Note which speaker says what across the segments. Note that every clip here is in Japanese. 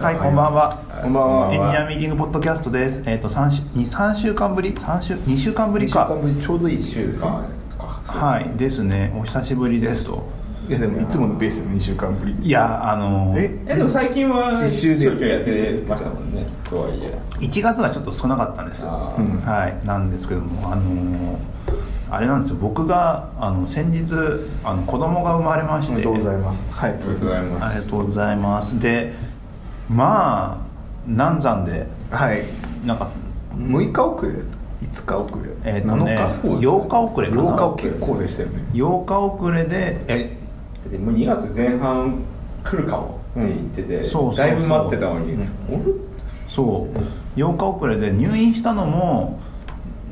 Speaker 1: はい、こんばんは。
Speaker 2: こんばんは
Speaker 1: エンジニアミーティングポッドキャストです。えっ、と、三週、二、三週間ぶり、三週、二週間ぶり
Speaker 2: 一週間
Speaker 1: か。
Speaker 2: ぶりちょうどいい週ですね
Speaker 1: はい、ですね。お久しぶりですと。
Speaker 2: いやでもいつものベースよ2週間ぶり
Speaker 1: いや、あの
Speaker 2: え
Speaker 1: ー、
Speaker 3: えでも最近は
Speaker 2: 一周で
Speaker 3: ちょいちょいやってましたもんねとはいえ
Speaker 1: 一月がちょっと少なかったんです。
Speaker 3: あ
Speaker 1: は
Speaker 3: ー
Speaker 2: うん
Speaker 1: い、なんですけども、あのーあれなんですよ。僕が、あの、先日、あの、子供が生まれま
Speaker 2: お
Speaker 1: して。
Speaker 2: めでとうございますはい
Speaker 3: ありがとうございま
Speaker 1: あり
Speaker 3: す
Speaker 1: がとうございます。で、まあ、難産で、
Speaker 2: はい
Speaker 1: なんか。
Speaker 2: 6日遅れ5日遅れ、
Speaker 1: えっとね
Speaker 2: 7日
Speaker 3: そうですね
Speaker 1: 8日遅れかな
Speaker 2: 8日遅れ結構でしたよね
Speaker 1: 8日遅れでえ
Speaker 3: でもう2月前半来るかもって言ってて、
Speaker 1: んそうそうそう
Speaker 3: だいぶ待ってたのに、
Speaker 2: うん
Speaker 3: あれ
Speaker 1: そう8日遅れで入院したのも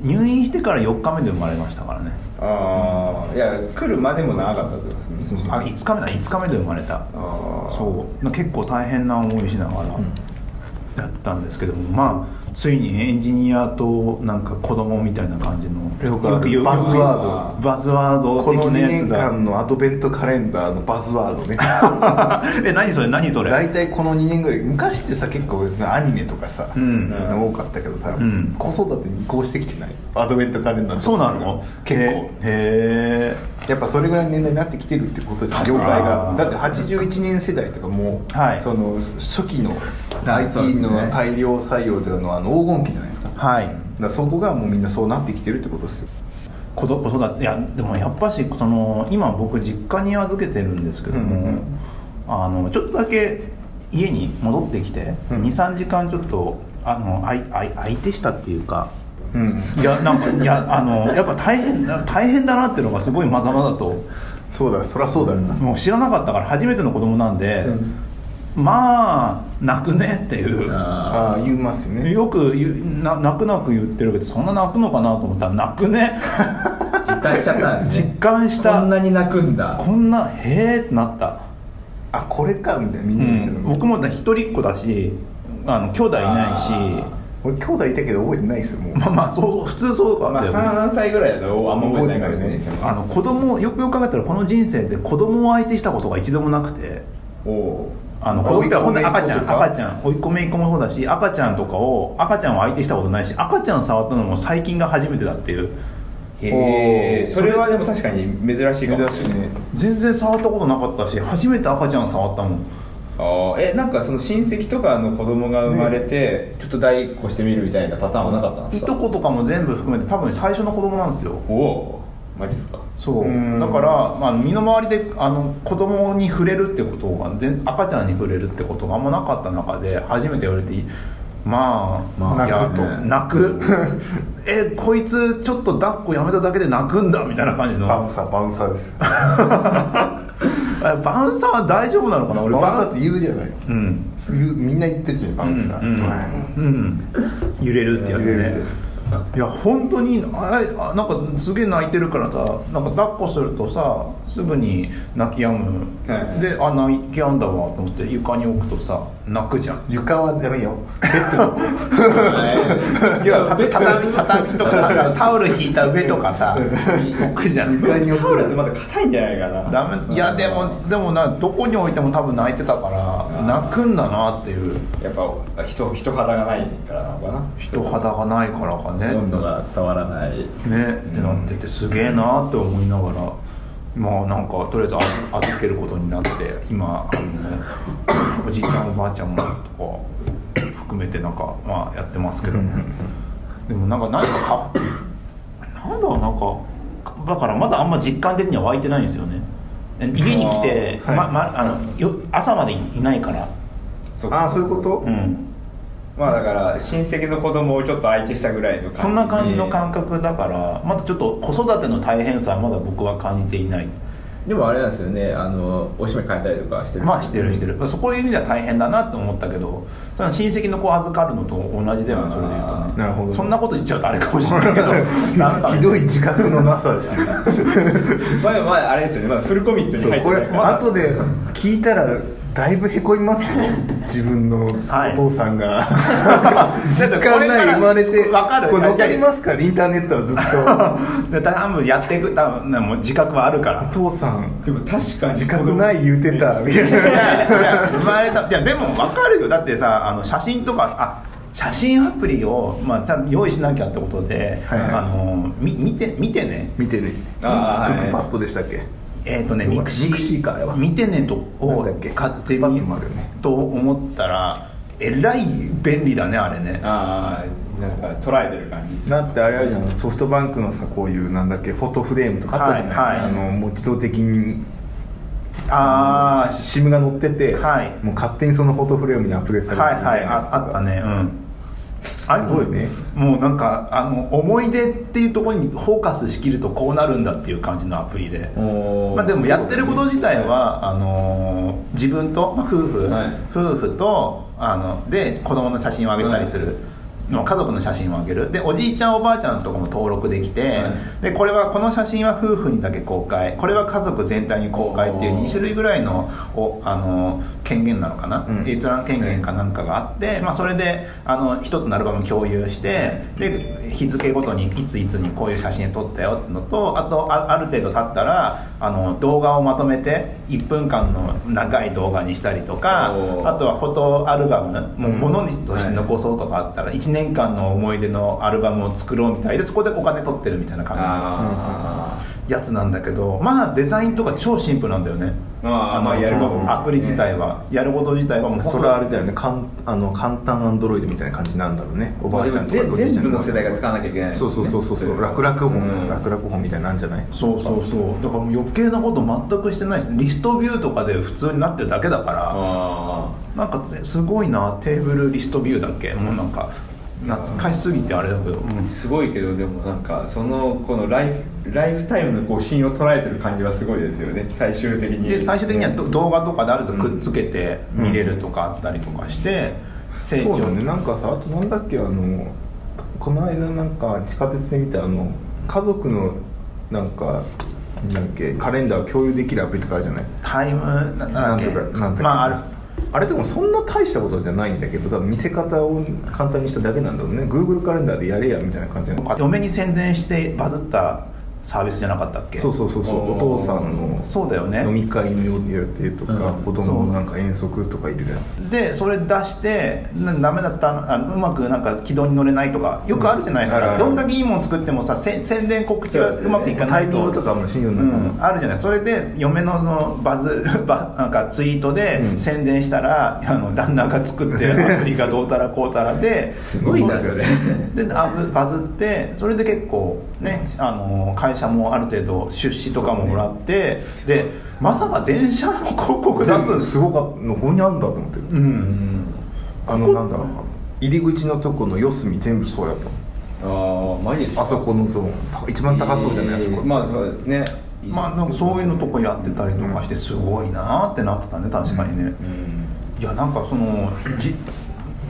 Speaker 1: 入院してから4日目で生まれましたからね
Speaker 3: ああいや来るまでも長かったってことですね、
Speaker 1: あ5日目だ5日目で生まれた
Speaker 3: ああ
Speaker 1: そうな結構大変な思いしながらやってたんですけどもまあついにエンジニアとなんか子供みたいな感じの
Speaker 2: よくある
Speaker 1: 言う
Speaker 2: バズワ
Speaker 3: ー
Speaker 1: バズワード
Speaker 2: こ
Speaker 1: 的
Speaker 2: の2
Speaker 1: なや
Speaker 2: 年
Speaker 1: つだ
Speaker 2: 間のアドベントカレンダーのバズワードね
Speaker 1: え何それ何それ
Speaker 2: 大体この2年ぐらい昔ってさ結構アニメとかさ、
Speaker 1: うん
Speaker 2: 多かったけどさ、
Speaker 1: ん
Speaker 2: 子育てに移行してきてないアドベントカレンダーとか
Speaker 1: そうなの
Speaker 2: 結構
Speaker 1: へへえ
Speaker 2: やっぱそれぐらいの年代になってきてるってことですよ業界
Speaker 1: あ
Speaker 2: が
Speaker 1: ー
Speaker 2: だって81年世代とかもう、
Speaker 1: はい
Speaker 2: その初期の
Speaker 3: はいそうで
Speaker 2: IT
Speaker 3: すね
Speaker 2: の大量採用というのはあの黄金期じゃないですかだか
Speaker 1: はい
Speaker 2: らそこがもうみんなそうなってきてるってことですよ
Speaker 1: 子ど子育ていやでもやっぱしその今僕実家に預けてるんですけども、
Speaker 2: うんうんうん
Speaker 1: あのちょっとだけ家に戻ってきて、
Speaker 2: うん
Speaker 1: 23時間ちょっとあのあいあい相手したっていうか
Speaker 2: うん
Speaker 1: いやなんかいやあのやっぱ大変だ大変だなっていうのがすごいまざまだと
Speaker 2: そうだそりゃそうだよな、
Speaker 1: もう知らなかったから初めての子供なんで、まあ泣くねっていう。
Speaker 2: あ
Speaker 3: あ
Speaker 2: あ言いますよね
Speaker 1: よく言うな泣く泣く言ってるけどそんな泣くのかなと思ったら泣くね
Speaker 3: ー実感しちゃったんです
Speaker 1: 実
Speaker 3: ね
Speaker 1: 感した
Speaker 3: こんなに泣くんだ
Speaker 1: こんなへえってなった
Speaker 2: あこれかみたいなみ
Speaker 1: う
Speaker 2: んな言って
Speaker 1: ん、
Speaker 2: るの、
Speaker 1: 僕もだ一人っ子だしあの兄弟いないし
Speaker 3: あ
Speaker 2: 俺兄弟いたけど覚えてないですよもう
Speaker 1: まあまあそう普通そうか
Speaker 3: ま
Speaker 1: だよね、あ
Speaker 3: あ3歳ぐらいだとあんま覚えてないからね
Speaker 2: 覚
Speaker 1: の子供よくよく考えたらこの人生で子供を相手したことが一度もなくて
Speaker 3: おお
Speaker 1: あの子供ってほんと
Speaker 2: 甥っ子
Speaker 1: 赤ちゃ
Speaker 2: 姪
Speaker 1: ん
Speaker 2: っ子とか
Speaker 1: 赤ちゃん甥っ子姪っ子もそうだし赤ちゃんとかを赤ちゃんを相手したことないし赤ちゃん触ったのも最近が初めてだっていう
Speaker 3: ーへえ
Speaker 2: おー
Speaker 3: それはでも確かに珍しいかも
Speaker 2: 珍しいね
Speaker 1: 全然触ったことなかったし初めて赤ちゃん触ったもん
Speaker 3: ああえなんかその親戚とかの子供が生まれて、ちょっと抱っこしてみるみたいなパターンはなかったんで
Speaker 1: い
Speaker 3: すか
Speaker 1: とことかも全部含めて多分最初の子供なんですよ
Speaker 3: おおマジですか
Speaker 1: そう
Speaker 2: うん
Speaker 1: だから、まあ、身の回りであの子供に触れるってことが全赤ちゃんに触れるってことがあんまなかった中で初めて言われてまあ、
Speaker 3: まあ
Speaker 1: いや
Speaker 2: 泣くと
Speaker 1: 泣 くえこいつちょっと抱っこやめただけで泣くんだみたいな感じの
Speaker 2: バウンサーバウンサーですよバ
Speaker 1: あバウンサーは大丈夫なのかな
Speaker 2: ウ
Speaker 1: 俺
Speaker 2: ンサ
Speaker 1: バウ
Speaker 2: ーって言うじゃない
Speaker 1: うん
Speaker 2: 言うみんな言ってるじゃんバウンサー、
Speaker 1: うん揺れるってやつ
Speaker 2: 揺れるっ
Speaker 1: ね
Speaker 2: て
Speaker 1: いや本当にああなんかすげえ泣いてるからさなんか抱っこするとさすぐに泣き止む、
Speaker 3: はい
Speaker 1: であ泣き止んだわと思って床に置くとさ泣くじゃん
Speaker 2: 床はダメよ
Speaker 1: いや畳畳畳とかさタオル引いた上とかさ置くじゃん
Speaker 2: 床に置
Speaker 3: タオ
Speaker 2: く
Speaker 3: ルってまだ硬いんじゃないかな
Speaker 1: ダメいやでもでもなどこに置いても多分泣いてたから泣くんだなっていう
Speaker 3: やっぱ人人肌がないからなのかな
Speaker 1: 人肌がないからかね
Speaker 3: 温度が伝わらない
Speaker 1: ねってなっててすげえなって思いながらまあなんかとりあえず預預けることになって今あのおじいちゃんおばあちゃんもとか含めてなんかまあやってますけどでもなんか何かかなんだろうなんかだからまだあんま実感的には湧いてないんですよね家に来て、
Speaker 2: あーはい
Speaker 1: ままあのよ朝までいないから
Speaker 3: そ
Speaker 2: ああそういうこと、
Speaker 1: うん
Speaker 3: まあだから親戚の子供をちょっと相手したぐらいの感じで
Speaker 1: そんな感じの感覚だからまだちょっと子育ての大変さはまだ僕は感じていない
Speaker 3: でもあれなんですよねあのおしめ変えたりとかして
Speaker 1: まあしてるしてる、まあ、そこいう意味では大変だなと思ったけどその親戚の子を預かるのと同じだよねそれで言うとね
Speaker 2: あーなるほど
Speaker 1: そんなこと言っちゃうとあれかもしれない けどなんかね
Speaker 2: ひどい自覚のなさですよ
Speaker 3: まあでもまああれですよねまだフルコミットに
Speaker 2: そ
Speaker 3: 入
Speaker 2: う
Speaker 3: って
Speaker 2: こ
Speaker 3: な
Speaker 2: れ
Speaker 3: いから
Speaker 2: 後で聞いたらだいぶへこみますよ自分のお
Speaker 1: はい
Speaker 2: 父さんが、実
Speaker 1: こ
Speaker 2: 感
Speaker 1: れか
Speaker 2: ない
Speaker 1: ら
Speaker 2: 生まれて
Speaker 1: わかる
Speaker 2: これ残りますからインターネットはずっ
Speaker 1: で多分やっていく多分ねもう自覚はあるから
Speaker 2: とお父さん
Speaker 3: でも確かに
Speaker 2: 自覚ない言うてたみたい
Speaker 1: い
Speaker 2: な
Speaker 1: やいや生まれたいやでも分かるよだってさあの写真とかあ写真アプリを、まあ、ちゃんと用意しなきゃってことで、
Speaker 2: はいはい
Speaker 1: あのみ見て見てね
Speaker 2: 見てね
Speaker 3: あー
Speaker 2: クックパ
Speaker 3: はい
Speaker 2: ッドでしたっけ
Speaker 1: えっ、とね
Speaker 2: どこ
Speaker 1: ミ
Speaker 2: だ
Speaker 1: クシー
Speaker 2: ミクシーかあれは
Speaker 1: 見てねとを
Speaker 2: なんだっけ
Speaker 1: 使って
Speaker 2: クックパッ
Speaker 1: み
Speaker 2: ドもあるよね
Speaker 1: と思ったらえらい便利だねあれね
Speaker 3: ああなんか捉えてる感じ
Speaker 2: だってあれあるじゃんソフトバンクのさこういうなんだっけフォトフレームとかあったじゃない、
Speaker 1: はいはい
Speaker 2: あのもう自動的に
Speaker 1: ああ
Speaker 2: SIM が載ってて、
Speaker 1: はい
Speaker 2: もう勝手にそのフォトフレームにアップデートされて
Speaker 1: はい
Speaker 2: るみ
Speaker 1: はい
Speaker 2: たいなやつと
Speaker 1: あ
Speaker 2: か
Speaker 1: あったねうんあれ
Speaker 2: すごいね
Speaker 1: もうなんかあの思い出っていうところにフォーカスしきるとこうなるんだっていう感じのアプリで
Speaker 3: おー
Speaker 1: まあ、でもやってること自体は、あのー自分と、まあ、夫婦、
Speaker 3: はい
Speaker 1: 夫婦とあので子供の写真をあげたりする、まあ家族の写真をあげるでおじいちゃんおばあちゃんとかも登録できて、
Speaker 3: はい
Speaker 1: でこれはこの写真は夫婦にだけ公開これは家族全体に公開っていう
Speaker 3: おー
Speaker 1: 2種類ぐらいのお、あのー権限なのかな、
Speaker 2: うん
Speaker 1: 閲覧権限かなんかがあって、まあ、それであの一つのアルバム共有してで日付ごとにいついつにこういう写真撮ったよってのとあとあある程度経ったらあの動画をまとめて1分間の長い動画にしたりとか
Speaker 3: おー
Speaker 1: あとはフォトアルバムもう物にとして
Speaker 3: はい
Speaker 1: 残そうとかあったら1年間の思い出のアルバムを作ろうみたいでそこでお金取ってるみたいな感じの
Speaker 3: あ
Speaker 1: やつなんだけどまあデザインとか超シンプルなんだよね
Speaker 3: あー
Speaker 1: の
Speaker 3: まあやること
Speaker 1: このアプリ自体は、やること自体はもう
Speaker 2: それはあれだよねかんあの簡単アンドロイドみたいな感じになるんだろうねおばあちゃんとか
Speaker 3: まあでも
Speaker 2: おじいちゃん
Speaker 3: 全
Speaker 2: と
Speaker 3: 部
Speaker 2: か
Speaker 3: の世代が使わなきゃいけない
Speaker 2: そうそうそうそうそう楽々
Speaker 3: うん
Speaker 2: 本楽々本みたいなんじゃない
Speaker 1: そうそうそうだからもう余計なこと全くしてないしリストビューとかで普通になってるだけだから
Speaker 3: あ
Speaker 1: なんかすごいなテーブルリストビューだっけもうなんか懐かしすぎてあれだけど、
Speaker 3: あすごいけどでもなんかそのこのライフライフタイムのこう芯を捉えてる感じはすごいですよね最終的に
Speaker 1: で最終的にはど動画とかであるとくっつけて見れるとかあったりとかして成
Speaker 2: そう
Speaker 1: 長
Speaker 2: だねなんかさあとなんだっけあのこの間なんか地下鉄で見たあの家族のなんかなんだっけカレンダーを共有できるアプリとかあるじゃない
Speaker 1: タイムな
Speaker 2: な
Speaker 1: なん
Speaker 2: ん
Speaker 1: だ
Speaker 2: と
Speaker 1: っけ
Speaker 2: かなんとか
Speaker 1: まあある
Speaker 2: あれでもそんな大したことじゃないんだけど多分見せ方を簡単にしただけなんだろうね Google カレンダーでやれやみたいな感じなの
Speaker 1: 嫁に宣伝してバズったサービスじゃなかったっけ
Speaker 2: そうそうそうそう
Speaker 3: お
Speaker 2: お
Speaker 3: ー
Speaker 2: 父さんの
Speaker 1: そうだよね
Speaker 2: 飲み会の予定とか、
Speaker 3: うん
Speaker 2: 子供のなんか遠足とか入れるやつ
Speaker 1: でそれ出してなダメだったあのうまくなんか軌道に乗れないとかよくあるじゃないです
Speaker 2: うんあ
Speaker 1: か、
Speaker 2: るある
Speaker 1: どんだけいいもの作ってもさせ宣伝告知がうまくいかな
Speaker 2: タイ
Speaker 1: い
Speaker 2: ミン
Speaker 1: と
Speaker 2: グとかも信用
Speaker 1: う、
Speaker 2: なのかなん
Speaker 1: あるじゃないそれで嫁のそのバズ ばなんかツイートで
Speaker 2: うん
Speaker 1: 宣伝したら、あの旦那が作 ってるアプリがどうたらこうたらで
Speaker 2: すごいな
Speaker 1: そう
Speaker 2: それ
Speaker 1: であぶバズってそれで結構ねあの会社もある程度出資とかももらって、でまさか電車の広告出すん
Speaker 2: でもすごかったのここにあるんだと思って
Speaker 1: うん
Speaker 2: あのなんだ入り口のとこの四隅全部そうやった
Speaker 3: ああマジですか
Speaker 2: あそこのそう一番高そうじゃないあそこ、
Speaker 3: えーまあね
Speaker 1: まあ、なんかそういうのとかやってたりとかしてすごいなーってなってたね確かにね、いやなんかそのじ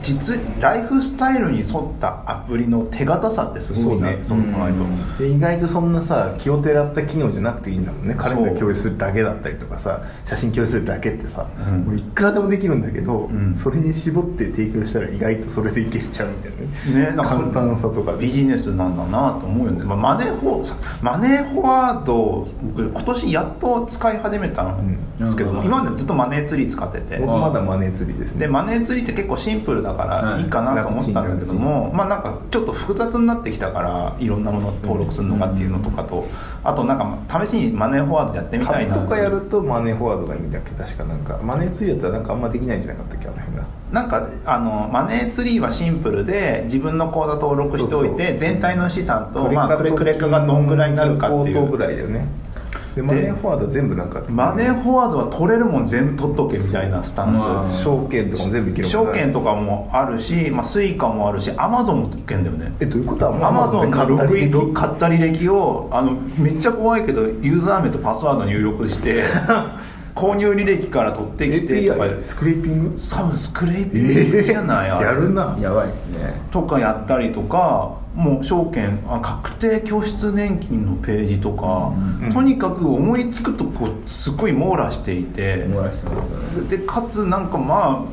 Speaker 1: 実ライフスタイルに沿ったアプリの手堅さってすごいね
Speaker 2: そ
Speaker 1: そうう
Speaker 2: ね
Speaker 1: 考えると、
Speaker 2: で意外とそんなさ気をてらった機能じゃなくていいんだもんねカレンダ
Speaker 1: そう
Speaker 2: ー共有するだけだったりとかさ写真共有するだけってさ、
Speaker 1: うん
Speaker 2: もういくらでもできるんだけど、
Speaker 1: ん
Speaker 2: それに絞って提供したら意外とそれでいけちゃうみたいな
Speaker 1: ね、なんかそ
Speaker 2: 簡
Speaker 1: の
Speaker 2: 単さとかで
Speaker 1: ビジネスなんだなと思うよね、まあ、マネーフォマネーフォワード僕今年やっと使い始めたんですけども、
Speaker 3: うん
Speaker 1: 今までずっとマネーツリー使ってて
Speaker 2: 僕まだマネー釣りですね
Speaker 1: でマネー釣りって結構シンプルだか
Speaker 3: は
Speaker 1: ら
Speaker 3: い
Speaker 1: いいかなと思ったんだけども、まあなんかちょっと複雑になってきたからいろんなもの登録するのかっていうのとかと、あとなんか試しにマネーフォワードやってみたいな
Speaker 2: 株とかやるとマネーフォワードがいいんだっけ確かなんかマネー釣りやったらなんかあんまできないんじゃなかったっけあの辺が
Speaker 1: なんかあのマネーツリーはシンプルで自分の口座登録しておい
Speaker 2: そうそ
Speaker 1: て
Speaker 2: う
Speaker 1: 全体の資産とまあクレクレカがどんぐらいになるかってい
Speaker 2: 相当ぐ
Speaker 1: う
Speaker 2: らいだよねでマネーフォワード全部なんか
Speaker 1: マネーフォワードは取れるもん全部取っとけみたいなスタンス、
Speaker 3: そうまあ
Speaker 2: 証券とかも全部いけるもん
Speaker 1: 証
Speaker 2: ね
Speaker 1: 券とかもあるし、まあ、スイカもあるしアマゾンもいけんだよね
Speaker 2: えどういうことは
Speaker 1: アマゾンのログイン
Speaker 2: ロ
Speaker 1: ロ 買った履歴をあのめっちゃ怖いけどユーザー名とパスワード入力して購入履歴から取ってきてとか
Speaker 2: API スクリーピング
Speaker 1: 多分スクレーピングじゃない、あれ
Speaker 2: やるな
Speaker 3: やばいですね
Speaker 1: とかやったりとかもう証券あ確定拠出年金のページとか、
Speaker 2: うん
Speaker 1: とにかく思いつくとこすごい網羅していて、
Speaker 3: 漏らしてますよね
Speaker 1: でかつなんかま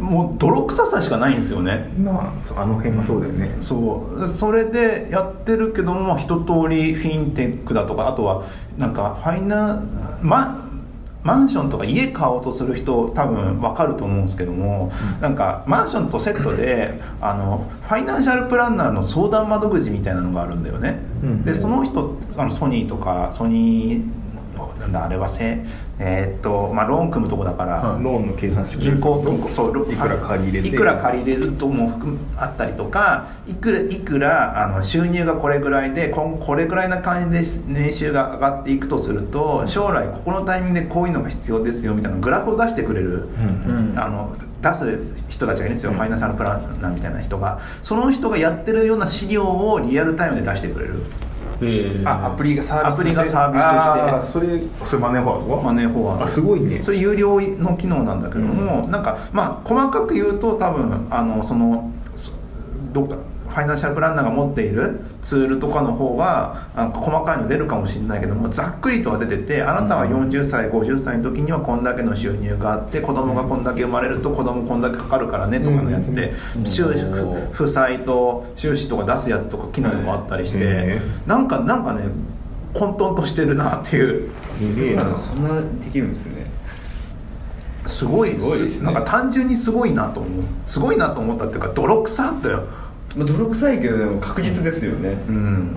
Speaker 1: あもう泥臭さしかないんですよね
Speaker 2: なあそうあの辺はそうだよね
Speaker 1: そうそれでやってるけども、まあ、一通りフィンテックだとかあとはなんかファイナママンションとか家買おうとする人多分分かると思うんですけども、なんかマンションとセットであのファイナンシャルプランナーの相談窓口みたいなのがあるんだよね、
Speaker 2: うん
Speaker 1: でその人あのソニーとかソニーなんだあれはせえーっとまあローン組むとこだから、
Speaker 3: はい
Speaker 2: ローンの計算して
Speaker 1: 銀行銀行そうロ
Speaker 2: いくら借りれて
Speaker 1: いくら借りれるとも含むあったりとかいくらいくらあの収入がこれぐらいで今後これぐらいな感じでし年収が上がっていくとすると将来ここのタイミングでこういうのが必要ですよみたいなグラフを出してくれる、
Speaker 3: うん
Speaker 1: あの出す人たちがいるんですよ、ファイナンシャルプランナーみたいな人がその人がやってるような資料をリアルタイムで出してくれる
Speaker 3: え
Speaker 2: あアプリがサービス
Speaker 1: アプリがサービスとして
Speaker 2: あーそれそれマネーフォワードは
Speaker 1: マネーフォワード
Speaker 2: あすごいね
Speaker 1: それ有料の機能なんだけども、なんかまあ細かく言うと多分あのそのそどっかファイナンシャルプランナーが持っているツールとかの方があ細かいの出るかもしれないけどもざっくりとは出ててあなたは40歳50歳の時にはこんだけの収入があって子供がこんだけ生まれると子供こんだけかかるからねとかのやつで、
Speaker 3: うん
Speaker 1: 収
Speaker 3: うん
Speaker 1: ふ負債と収支とか出すやつとか機能とかあったりして、
Speaker 2: へ
Speaker 1: なんかなんかね混沌としてるなっていう。
Speaker 2: すげえな
Speaker 3: そんなできるんですね
Speaker 1: すごい
Speaker 3: すごいですね
Speaker 1: なんか単純にすごいなと思うすごいなと思ったっていうか泥臭って
Speaker 3: まあ、泥臭いけどでも確実ですよね、
Speaker 1: うん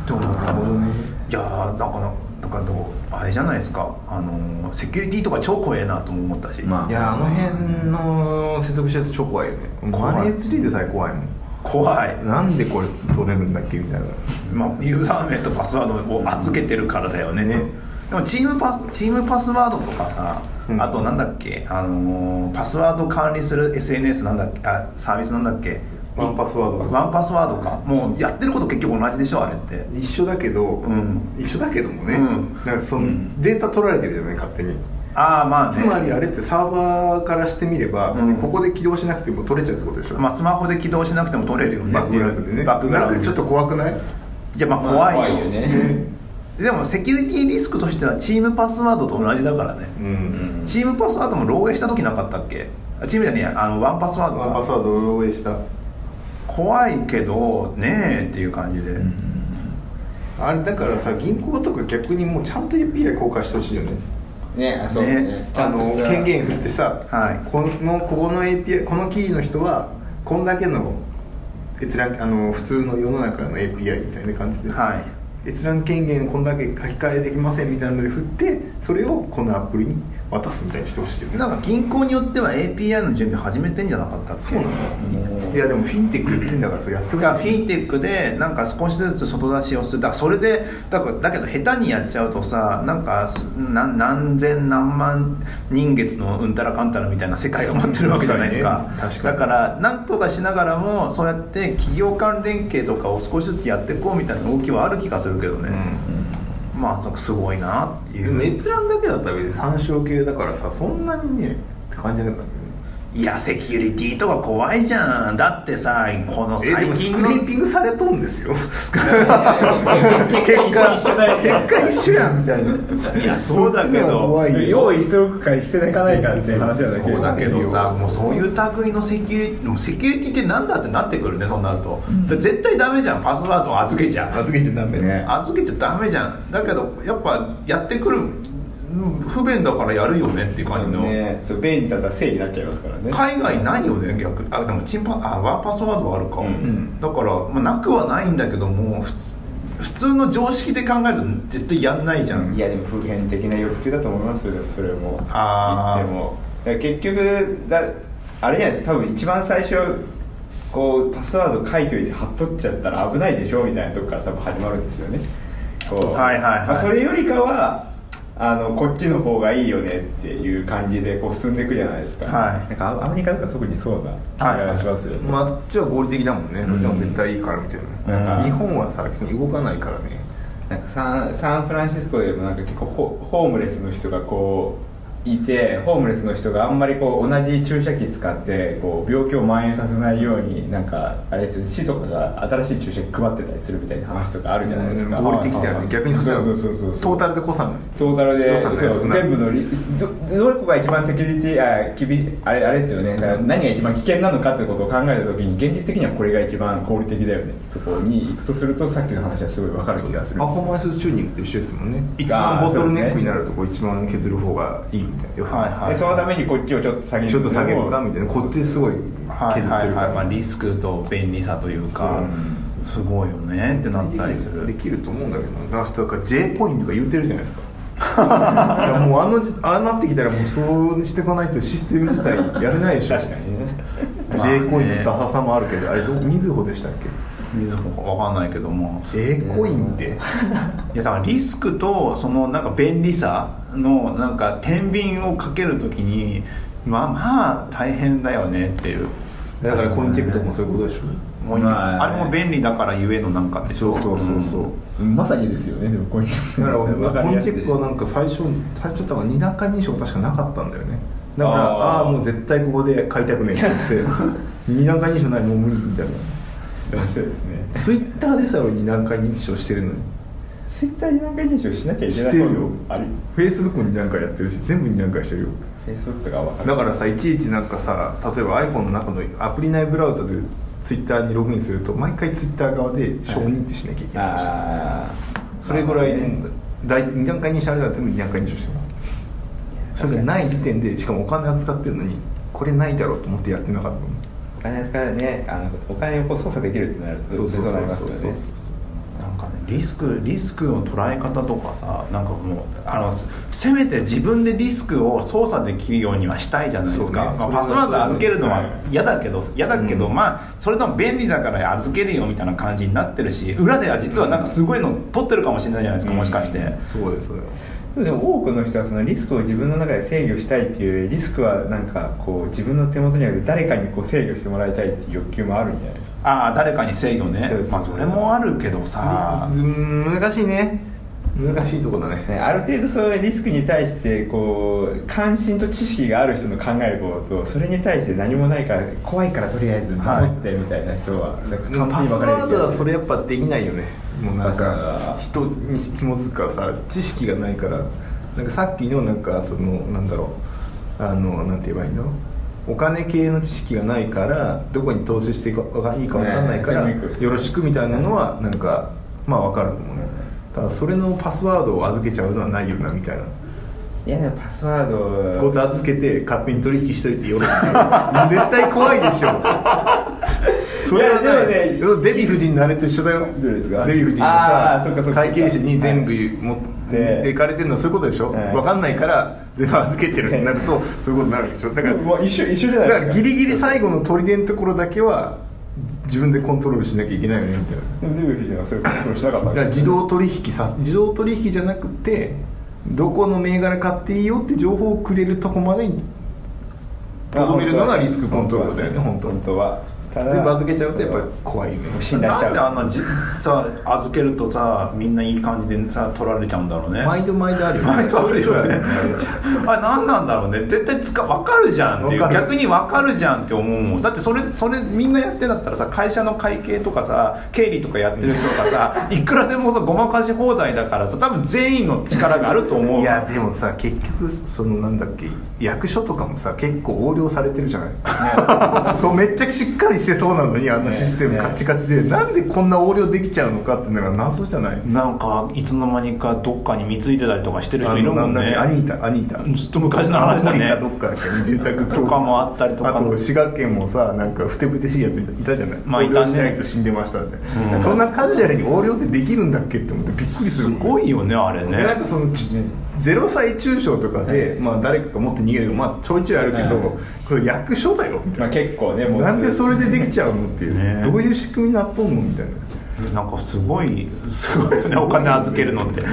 Speaker 1: って思った
Speaker 2: ほどね
Speaker 1: いやーなんかなんかどうあれじゃないですかあのーセキュリティとか超怖えなとも思ったし、
Speaker 3: まあ
Speaker 2: いやあの辺の接続したやつ超怖いよね
Speaker 1: 怖い
Speaker 2: マネーツリーでさえ怖いもん
Speaker 1: 怖い、
Speaker 2: なんでこれ取れるんだっけみたいな
Speaker 1: まあ、ユーザー名とパスワードを預けてるからだよね,、
Speaker 2: ね
Speaker 1: でもチームパスチームパスワードとかさ、
Speaker 2: うん
Speaker 1: あとなんだっけ、あのーパスワード管理する SNS なんだっけあサービスなんだっけ
Speaker 2: ワンパスワード
Speaker 1: ワンパスワードかもうやってること結局同じでしょあれって
Speaker 2: 一緒だけど、
Speaker 1: ん
Speaker 2: 一緒だけどもね、
Speaker 1: うん
Speaker 2: なんかそのデータ取られてるじゃない勝手に
Speaker 1: ああまあね
Speaker 2: つまりあれってサーバーからしてみれば、
Speaker 1: うん
Speaker 2: ここで起動しなくても取れちゃうってことでしょ、
Speaker 1: まあ、スマホで起動しなくても取れるよね
Speaker 2: バ
Speaker 1: っ
Speaker 2: ッ
Speaker 1: てい
Speaker 2: ク
Speaker 1: う
Speaker 2: グラウンドでね
Speaker 1: バックグラウン
Speaker 2: な
Speaker 1: ド
Speaker 2: んかちょっと怖くない
Speaker 1: いやまあ
Speaker 3: まあ
Speaker 1: 怖いよ,、
Speaker 3: 怖い よね
Speaker 1: でもセキュリティリスクとしてはチームパスワードと同じだからね、
Speaker 2: うん
Speaker 1: チームパスワードも漏洩した時なかったっけあチームじゃねえやあのワンパスワード
Speaker 2: ワンパス
Speaker 1: が
Speaker 2: ワードを漏洩した
Speaker 1: 怖いけどねえっていう感じで、
Speaker 2: あれだからさ銀行とか逆にもうちゃんと API 公開してほしいよね
Speaker 3: ねあそうね
Speaker 1: ね
Speaker 3: ち
Speaker 2: あ
Speaker 3: ゃんと
Speaker 2: の
Speaker 3: した
Speaker 2: 権限振ってさ、
Speaker 1: はい
Speaker 2: このここの API このキーの人はこんだけの閲覧あの普通の世の中の API みたいな感じで、
Speaker 1: はい
Speaker 2: 閲覧権限こんだけ書き換えできませんみたいなので振ってそれをこのアプリに渡すみたいにしてほしいよね
Speaker 1: なんか銀行によっては API の準備始めてんじゃなかったっけ
Speaker 2: そうな
Speaker 3: う
Speaker 2: の
Speaker 3: ん
Speaker 2: いやでもフィンテック言ってんだからそれやっ
Speaker 1: だ
Speaker 2: てほ
Speaker 1: からフ
Speaker 2: しい
Speaker 1: ィンテックでなんか少しずつ外出しをするだからそれでだからだけど下手にやっちゃうとさなんかすな何千何万人月のうんたらかんたらみたいな世界が待ってるわけじゃないですか
Speaker 2: 確かにね確か
Speaker 1: だ
Speaker 2: に
Speaker 1: からなんとかしながらもそうやって企業間連携とかを少しずつやっていこうみたいな動きはある気がするけどね、まあそすごいなって
Speaker 2: でも
Speaker 1: いう
Speaker 2: 閲覧だけだったら別に参照系だからさそんなにねって感じじゃなかったね
Speaker 1: いやセキュリティとか怖いじゃんだってさこの
Speaker 2: えで
Speaker 1: 最
Speaker 2: もス
Speaker 1: 近
Speaker 2: ク
Speaker 1: の
Speaker 2: リーピングされとんですよ
Speaker 3: 結
Speaker 2: 結果
Speaker 3: 一緒だよね
Speaker 2: 結果一緒やんみたいない
Speaker 1: やそうだけど
Speaker 2: 怖いよ
Speaker 3: 用意しておくかしていかないかっていう話なんだけ
Speaker 1: そ
Speaker 3: ど
Speaker 1: うだけどさもうそういう類のセキュリティでもセキュリティってなんだってなってくるねそうなると、で絶対ダメじゃんパスワードを預けちゃう
Speaker 2: 預けちゃダメ
Speaker 3: ね
Speaker 1: 預けちゃダメじゃんだけどやっぱやってくるうん不便だからやるよねっていう感じの、
Speaker 3: ねそう便利だったら正義になっちゃいますからね
Speaker 1: 海外ないよね逆あでもチンパあワンパスワードはあるか、
Speaker 3: うん
Speaker 1: だから、まあ、なくはないんだけども普通普通の常識で考えると絶対やんないじゃん、
Speaker 3: いやでも普遍的な欲求だと思いますよでもそれも
Speaker 1: あー
Speaker 3: 言ってもだから結局だあれや多分一番最初こうパスワード書いといて貼っとっちゃったら危ないでしょみたいなとこから多分始まるんですよねこう
Speaker 1: はいはいはい
Speaker 3: まあそれよりかはあのこっちの方がいいよねっていう感じでこう進んでいくじゃないですか,、
Speaker 1: はい
Speaker 3: なんかアメリカとか特にそうな気がしますよね、
Speaker 2: まああっちは合理的だもんね、
Speaker 3: ん
Speaker 2: でも絶対いいからみたいな、
Speaker 3: うん
Speaker 2: 日本はさ基本動かないからね
Speaker 3: なんかサンサンフランシスコでもなんか結構ホホームレスの人がこういてホームレスの人があんまりこう同じ注射器使ってこう病気を蔓延させないようになんかあれですよ市とかが新しい注射器配ってたりするみたいな話とかあるじゃないですか、
Speaker 2: 合理的だよね逆にそしたら
Speaker 3: そうそうそうそう
Speaker 2: トータルでこさない
Speaker 3: トータルで
Speaker 2: 予算が少
Speaker 3: そう
Speaker 2: ない
Speaker 3: 全部のリどどれこが一番セキュリティあきびあれあれですよねだから何が一番危険なのかってことを考えた時に現実的にはこれが一番合理的だよねってところに行くとするとさっきの話はすごい分かる気がする
Speaker 2: パフォーマンスチューニングと一緒ですもんね一番
Speaker 3: あー
Speaker 2: ボトルネ
Speaker 3: そ
Speaker 2: ッ
Speaker 3: うです
Speaker 2: ク
Speaker 3: ね
Speaker 2: になるとこ一番削る方がいいみたいな予算
Speaker 1: はいはい
Speaker 3: でそのためにこっちをちょっと下げる
Speaker 2: ちょっと下げるかみたいなこっちすごい削ってるか
Speaker 1: は
Speaker 2: ら、
Speaker 1: いはいはいまあ、リスクと便利さというかすごいよねってなったりす
Speaker 2: で
Speaker 1: る
Speaker 2: きると思うんだけどなだから J コインとか言うてるじゃないですかいやもうあのああなってきたらもうそうしていかないとシステム自体やれないでしょ
Speaker 3: 確かにね
Speaker 2: J コインのダサさもあるけどあれどみずほでしたっけ
Speaker 1: 水穂かわかんないけども
Speaker 2: J コインって
Speaker 1: いやだからリスクとそのなんか便利さのなんか天秤をかけるときにまあまあ大変だよねっていう
Speaker 2: だからコインチェックとかもそういうことでしょ
Speaker 1: もう一
Speaker 3: まあ
Speaker 1: あれも便利だからゆえのなんかでし
Speaker 2: そ
Speaker 1: ょ
Speaker 2: うそうそうそう、
Speaker 3: まさにですよねでもコインチェック
Speaker 2: だから
Speaker 3: わか
Speaker 2: コ
Speaker 3: り
Speaker 2: イン
Speaker 3: やす
Speaker 2: チ
Speaker 3: い
Speaker 2: ェックはなんか最初最初だから二段階認証確かなかったんだよねだから
Speaker 3: あ
Speaker 2: あ
Speaker 3: ー
Speaker 2: あーもう絶対ここで買いたくねえって言って二段階認証ないもう無理みたいな
Speaker 3: そうですね
Speaker 2: ツイッターでさえ俺二段階認証してるのに
Speaker 3: ツイッターに何回認証しなきゃいけ
Speaker 2: 知
Speaker 3: な
Speaker 2: っ
Speaker 3: い
Speaker 2: てるよ
Speaker 3: あれ
Speaker 2: フェイスブックも2段階やってるし全部2段階してるよ
Speaker 3: Facebook とかは分かる
Speaker 2: だからさいちいちなんかさ例えば iPhone の中のアプリ内ブラウザでツイッターにログインすると毎回ツイッター側で承認ってしなきゃいけないし、
Speaker 3: あー
Speaker 2: それぐらい
Speaker 3: まあね
Speaker 2: の第2段階認証あれば全部2段階認証してるそれがない時点でしかもお金扱ってるのにこれないだろうと思ってやってなかったの
Speaker 3: お金使うねあのお金をこう操作できるってなるとそうなりますよね
Speaker 1: なんかねリスクリスクの捉え方とかさなんかもうあのせせめて自分でリスクを操作できるようにはしたいじゃないですか、
Speaker 2: そうね
Speaker 1: まあ、
Speaker 2: それは
Speaker 1: パスワード預けるのは
Speaker 2: そうね
Speaker 1: 嫌だけど嫌だけど、
Speaker 2: う
Speaker 1: まあそれでも便利だから預けるよみたいな感じになってるし裏では実はなんかすごいの取ってるかもしれないじゃないですかもしかして。
Speaker 2: そうですよ
Speaker 3: でも多くの人はそのリスクを自分の中で制御したいっていうリスクはなんかこう自分の手元にある誰かにこう制御してもらいたいっていう欲求もあるんじゃないですか
Speaker 1: ああ誰かに制御ね
Speaker 3: そうそう
Speaker 1: まあそれもあるけどさ
Speaker 2: 難しいね難しいとこだね
Speaker 3: ねある程度そういうリスクに対してこう関心と知識がある人の考えることとそれに対して何もないから怖いからとりあえず守ってみたいな人はなん
Speaker 2: でも
Speaker 3: か
Speaker 2: パス
Speaker 3: 分かれる気
Speaker 2: ワード
Speaker 3: が
Speaker 2: は
Speaker 3: す
Speaker 2: そ
Speaker 3: る
Speaker 2: れやっぱできないよねもうなんか
Speaker 3: パス
Speaker 2: 人に紐づくからさ知識がないからなんかさっきのなんかそのなんだろうあのなんて言えばいいのお金系の知識がないからどこに投資していいか分かんないから
Speaker 3: ね全部行く
Speaker 2: よろしくみたいなのはなんかまあ分かると思うねただそれのパスワードを預けちゃうのはないよなみたいない
Speaker 3: やでもパスワード
Speaker 2: こうやって預けて勝手に取引しといてよろしく 絶対怖いでしょそれはね
Speaker 3: いやで
Speaker 2: デヴィ夫人のあれと一緒だよ
Speaker 3: どうですか
Speaker 2: デヴィ夫人
Speaker 3: あ
Speaker 2: が
Speaker 3: ーそっかそっ
Speaker 2: さ
Speaker 3: か
Speaker 2: 会計士に全部持っていかれてるのはそういうことでしょ、
Speaker 3: はい
Speaker 2: 分かんないから全部預けてるってなるとそういうことになるでしょだから
Speaker 3: もう一緒一緒じ
Speaker 2: だ
Speaker 3: ゃない
Speaker 2: か
Speaker 3: で
Speaker 2: ら
Speaker 3: すか
Speaker 2: ギリギリ最後の砦のところだけは自分でコントロールしなきゃいけないよねみたいな
Speaker 3: でもデヴィ夫人はそういうことをしなかった
Speaker 2: だから自動取引さ自動取引じゃなくてどこの銘柄買っていいよって情報をくれるとこまでにとどめるのがリスクコントロールだよね本当
Speaker 3: 本
Speaker 2: に
Speaker 3: 当はただ
Speaker 2: 全部預けちゃうとやっぱり怖いよね
Speaker 3: 信頼しち
Speaker 1: な
Speaker 3: ゃ
Speaker 1: ん
Speaker 3: う
Speaker 1: であんなじさ預けるとさみんないい感じでさ取られちゃうんだろうね
Speaker 2: 毎度毎度あるよね
Speaker 1: 毎度あるよねあれ何なんだろうね絶対つか分かるじゃんっていう
Speaker 2: わかる
Speaker 1: 逆に分かるじゃんって思うもんだってそれそれみんなやってんだったらさ会社の会計とかさ経理とかやってる人が さいくらでもさごまかし放題だからさ多分全員の力があると思う
Speaker 2: いやでもさ結局そのなんだっけ役所とかもさ結構横領されてるじゃないそうめっちゃしっかりしてそうなのにあんなシステム
Speaker 3: ね
Speaker 2: カチカチでなんでこんな横領できちゃうのかってのが謎じゃない
Speaker 1: なんかいつの間にかどっかに貢いでたりとかしてる人いるも
Speaker 2: あの
Speaker 1: ん
Speaker 2: なんだ
Speaker 1: ね
Speaker 2: っけアニータアニータ
Speaker 1: ずっと昔の話だ
Speaker 2: 青森か
Speaker 1: ね
Speaker 2: どっかだっけ住宅
Speaker 1: とかもあったりとか
Speaker 2: あと滋賀県もさなんかふてぶてしいやついたいたじゃない
Speaker 1: まあい
Speaker 2: 横
Speaker 1: たね
Speaker 2: 領しないと死んでましたって、そんなカジュアルに横領ってできるんだっけって思ってびっくりす
Speaker 1: す
Speaker 2: る
Speaker 1: ご
Speaker 2: い
Speaker 1: いよねあれね
Speaker 2: なんかそのち0歳中傷とかで、まあ、誰かが持って逃げるのまあちょいちょいあるけど、
Speaker 3: うん
Speaker 2: これ役所だよみたいな、
Speaker 3: まあ結構ねもう
Speaker 2: なんでそれでできちゃうのっていう、
Speaker 1: ね
Speaker 2: どういう仕組みになっとんのみたいな
Speaker 1: なんかすごいすごいですねお金預けるのって
Speaker 3: でも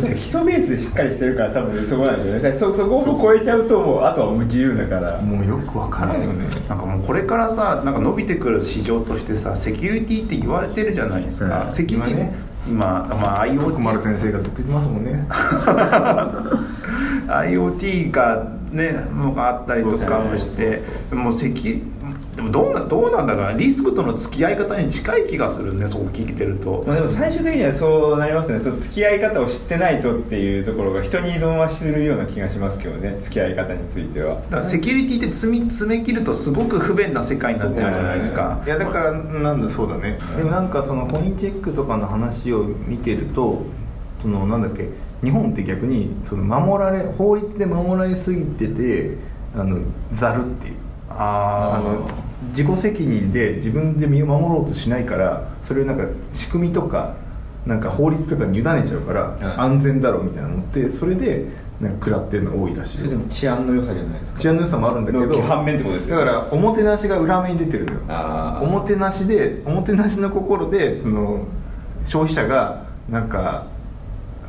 Speaker 3: 関東ベースでしっかりしてるから多分そこなんでしょうねだからそそこを超えちゃうともうあとはもう自由だから
Speaker 2: もうよくわからんよね
Speaker 1: なんかもうこれからさなんか伸びてくる市場としてさセキュリティって言われてるじゃないですか、
Speaker 3: うん
Speaker 1: セキュリティ
Speaker 2: 今ね
Speaker 1: 今、まあ、
Speaker 2: 徳丸
Speaker 1: IoT,
Speaker 2: 先生がずっと言ってますもんね
Speaker 1: IoT がねのがあったりとかもしてもうセキでもどうなどうなんだかなリスクとの付き合い方に近い気がするねそう聞いてると
Speaker 3: まあ、でも最終的にはそうなりますよねその付き合い方を知ってないとっていうところが人に依存はしてるような気がしますけどね付き合い方については
Speaker 1: だからセキュリティって詰め詰め切るとすごく不便な世界になっちゃうじゃないですか
Speaker 2: いやだからなんだそうだねでもなんかそのコインチェックとかの話を見てるとそのなんだっけ日本って逆にその守られ法律で守られすぎててあのざるっていうあ
Speaker 1: あ
Speaker 2: の
Speaker 1: ー
Speaker 2: 自己責任で自分で身を守ろうとしないからそれをなんか仕組みとかなんか法律とかに委ねちゃうから
Speaker 3: うん
Speaker 2: 安全だろうみたいなのってそれでなんか食らってるのが多いらしい
Speaker 3: それでも治安の良さじゃないですか
Speaker 2: 治安の良さもあるんだけど
Speaker 3: の反面ってことですよ
Speaker 2: だからおもてなしが裏目に出てるのよ
Speaker 3: あー
Speaker 2: おもてなしでおもてなしの心でその消費者がなんか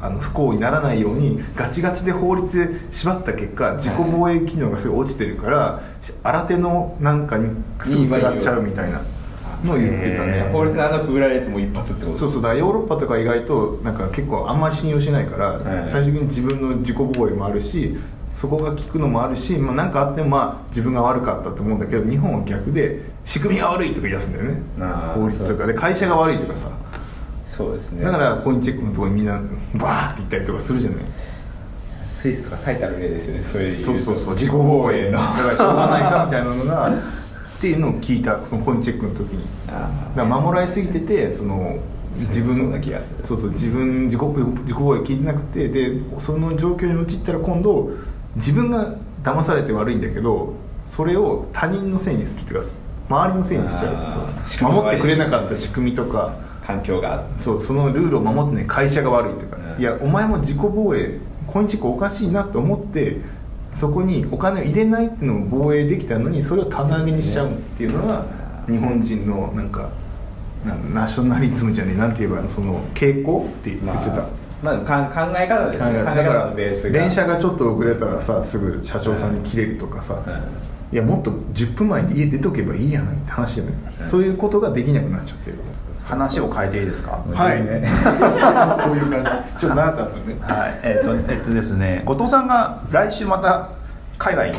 Speaker 2: あの不幸にならないようにガチガチで法律で縛った結果自己防衛機能がすごい落ちてるからし新手のなんかにすぐ食らっちゃうみたいなのを言ってた
Speaker 1: へ
Speaker 2: ね
Speaker 1: ー
Speaker 3: 法律の穴くぐられても一発ってこと
Speaker 2: そうそうだからヨーロッパとか意外となんか結構あんまり信用しないから、
Speaker 3: はい
Speaker 2: 最終的に自分の自己防衛もあるしそこが効くのもあるしまあ、なんかあってもまあ自分が悪かったと思うんだけど日本は逆で仕組みが悪いとか言い出すんだよね
Speaker 3: あー
Speaker 2: 法律とかで会社が悪いとかさ
Speaker 3: そうですね
Speaker 2: だからコインチェックのところにみんなバーって行ったりとかするじゃない
Speaker 3: スイスとか最たる例ですよねそれで言と
Speaker 2: そうそうそう自己防衛のだからしょうがないかみたいなのがっていうのを聞いたそのコインチェックの時に
Speaker 3: あ
Speaker 2: だから守られすぎててその自分
Speaker 3: そうな気がする
Speaker 2: そうそう自分自己自己防衛聞いてなくてでその状況に陥ったら今度自分が騙されて悪いんだけどそれを他人のせいにするっていうか周りのせいにしちゃう
Speaker 3: あー
Speaker 2: と
Speaker 3: 仕
Speaker 2: さ
Speaker 3: 組みが
Speaker 2: 守っ
Speaker 3: 悪い
Speaker 2: てくれなかった仕組みとか
Speaker 3: ー環境が
Speaker 2: そうそのルールを守ってない会社が悪いっていうか、
Speaker 3: うん
Speaker 2: いやお前も自己防衛コインチェックおかしいなと思ってそこにお金を入れないっていうのを防衛できたのにそれを棚上げにしちゃうっていうのが日本人のなんかなんナショナリズムじゃねえなんて言えばいいのその傾向って言ってた、
Speaker 3: まあ、まあ、かん考え方ですね考え
Speaker 2: だか
Speaker 3: 方
Speaker 2: ら
Speaker 3: のベースが
Speaker 2: 電車がちょっと遅れたらさすぐ社長さんに切れるとかさ、いやもっと10分前に家出とけばいいやないって話じゃない、
Speaker 3: うん
Speaker 2: そういうことができなくなっちゃってる
Speaker 1: 話を変えていいですか
Speaker 3: うん
Speaker 2: はい
Speaker 3: ね
Speaker 2: こういう感じちょっと長かったね
Speaker 1: はいえっ、とえっとですね後藤さんが来週また海外に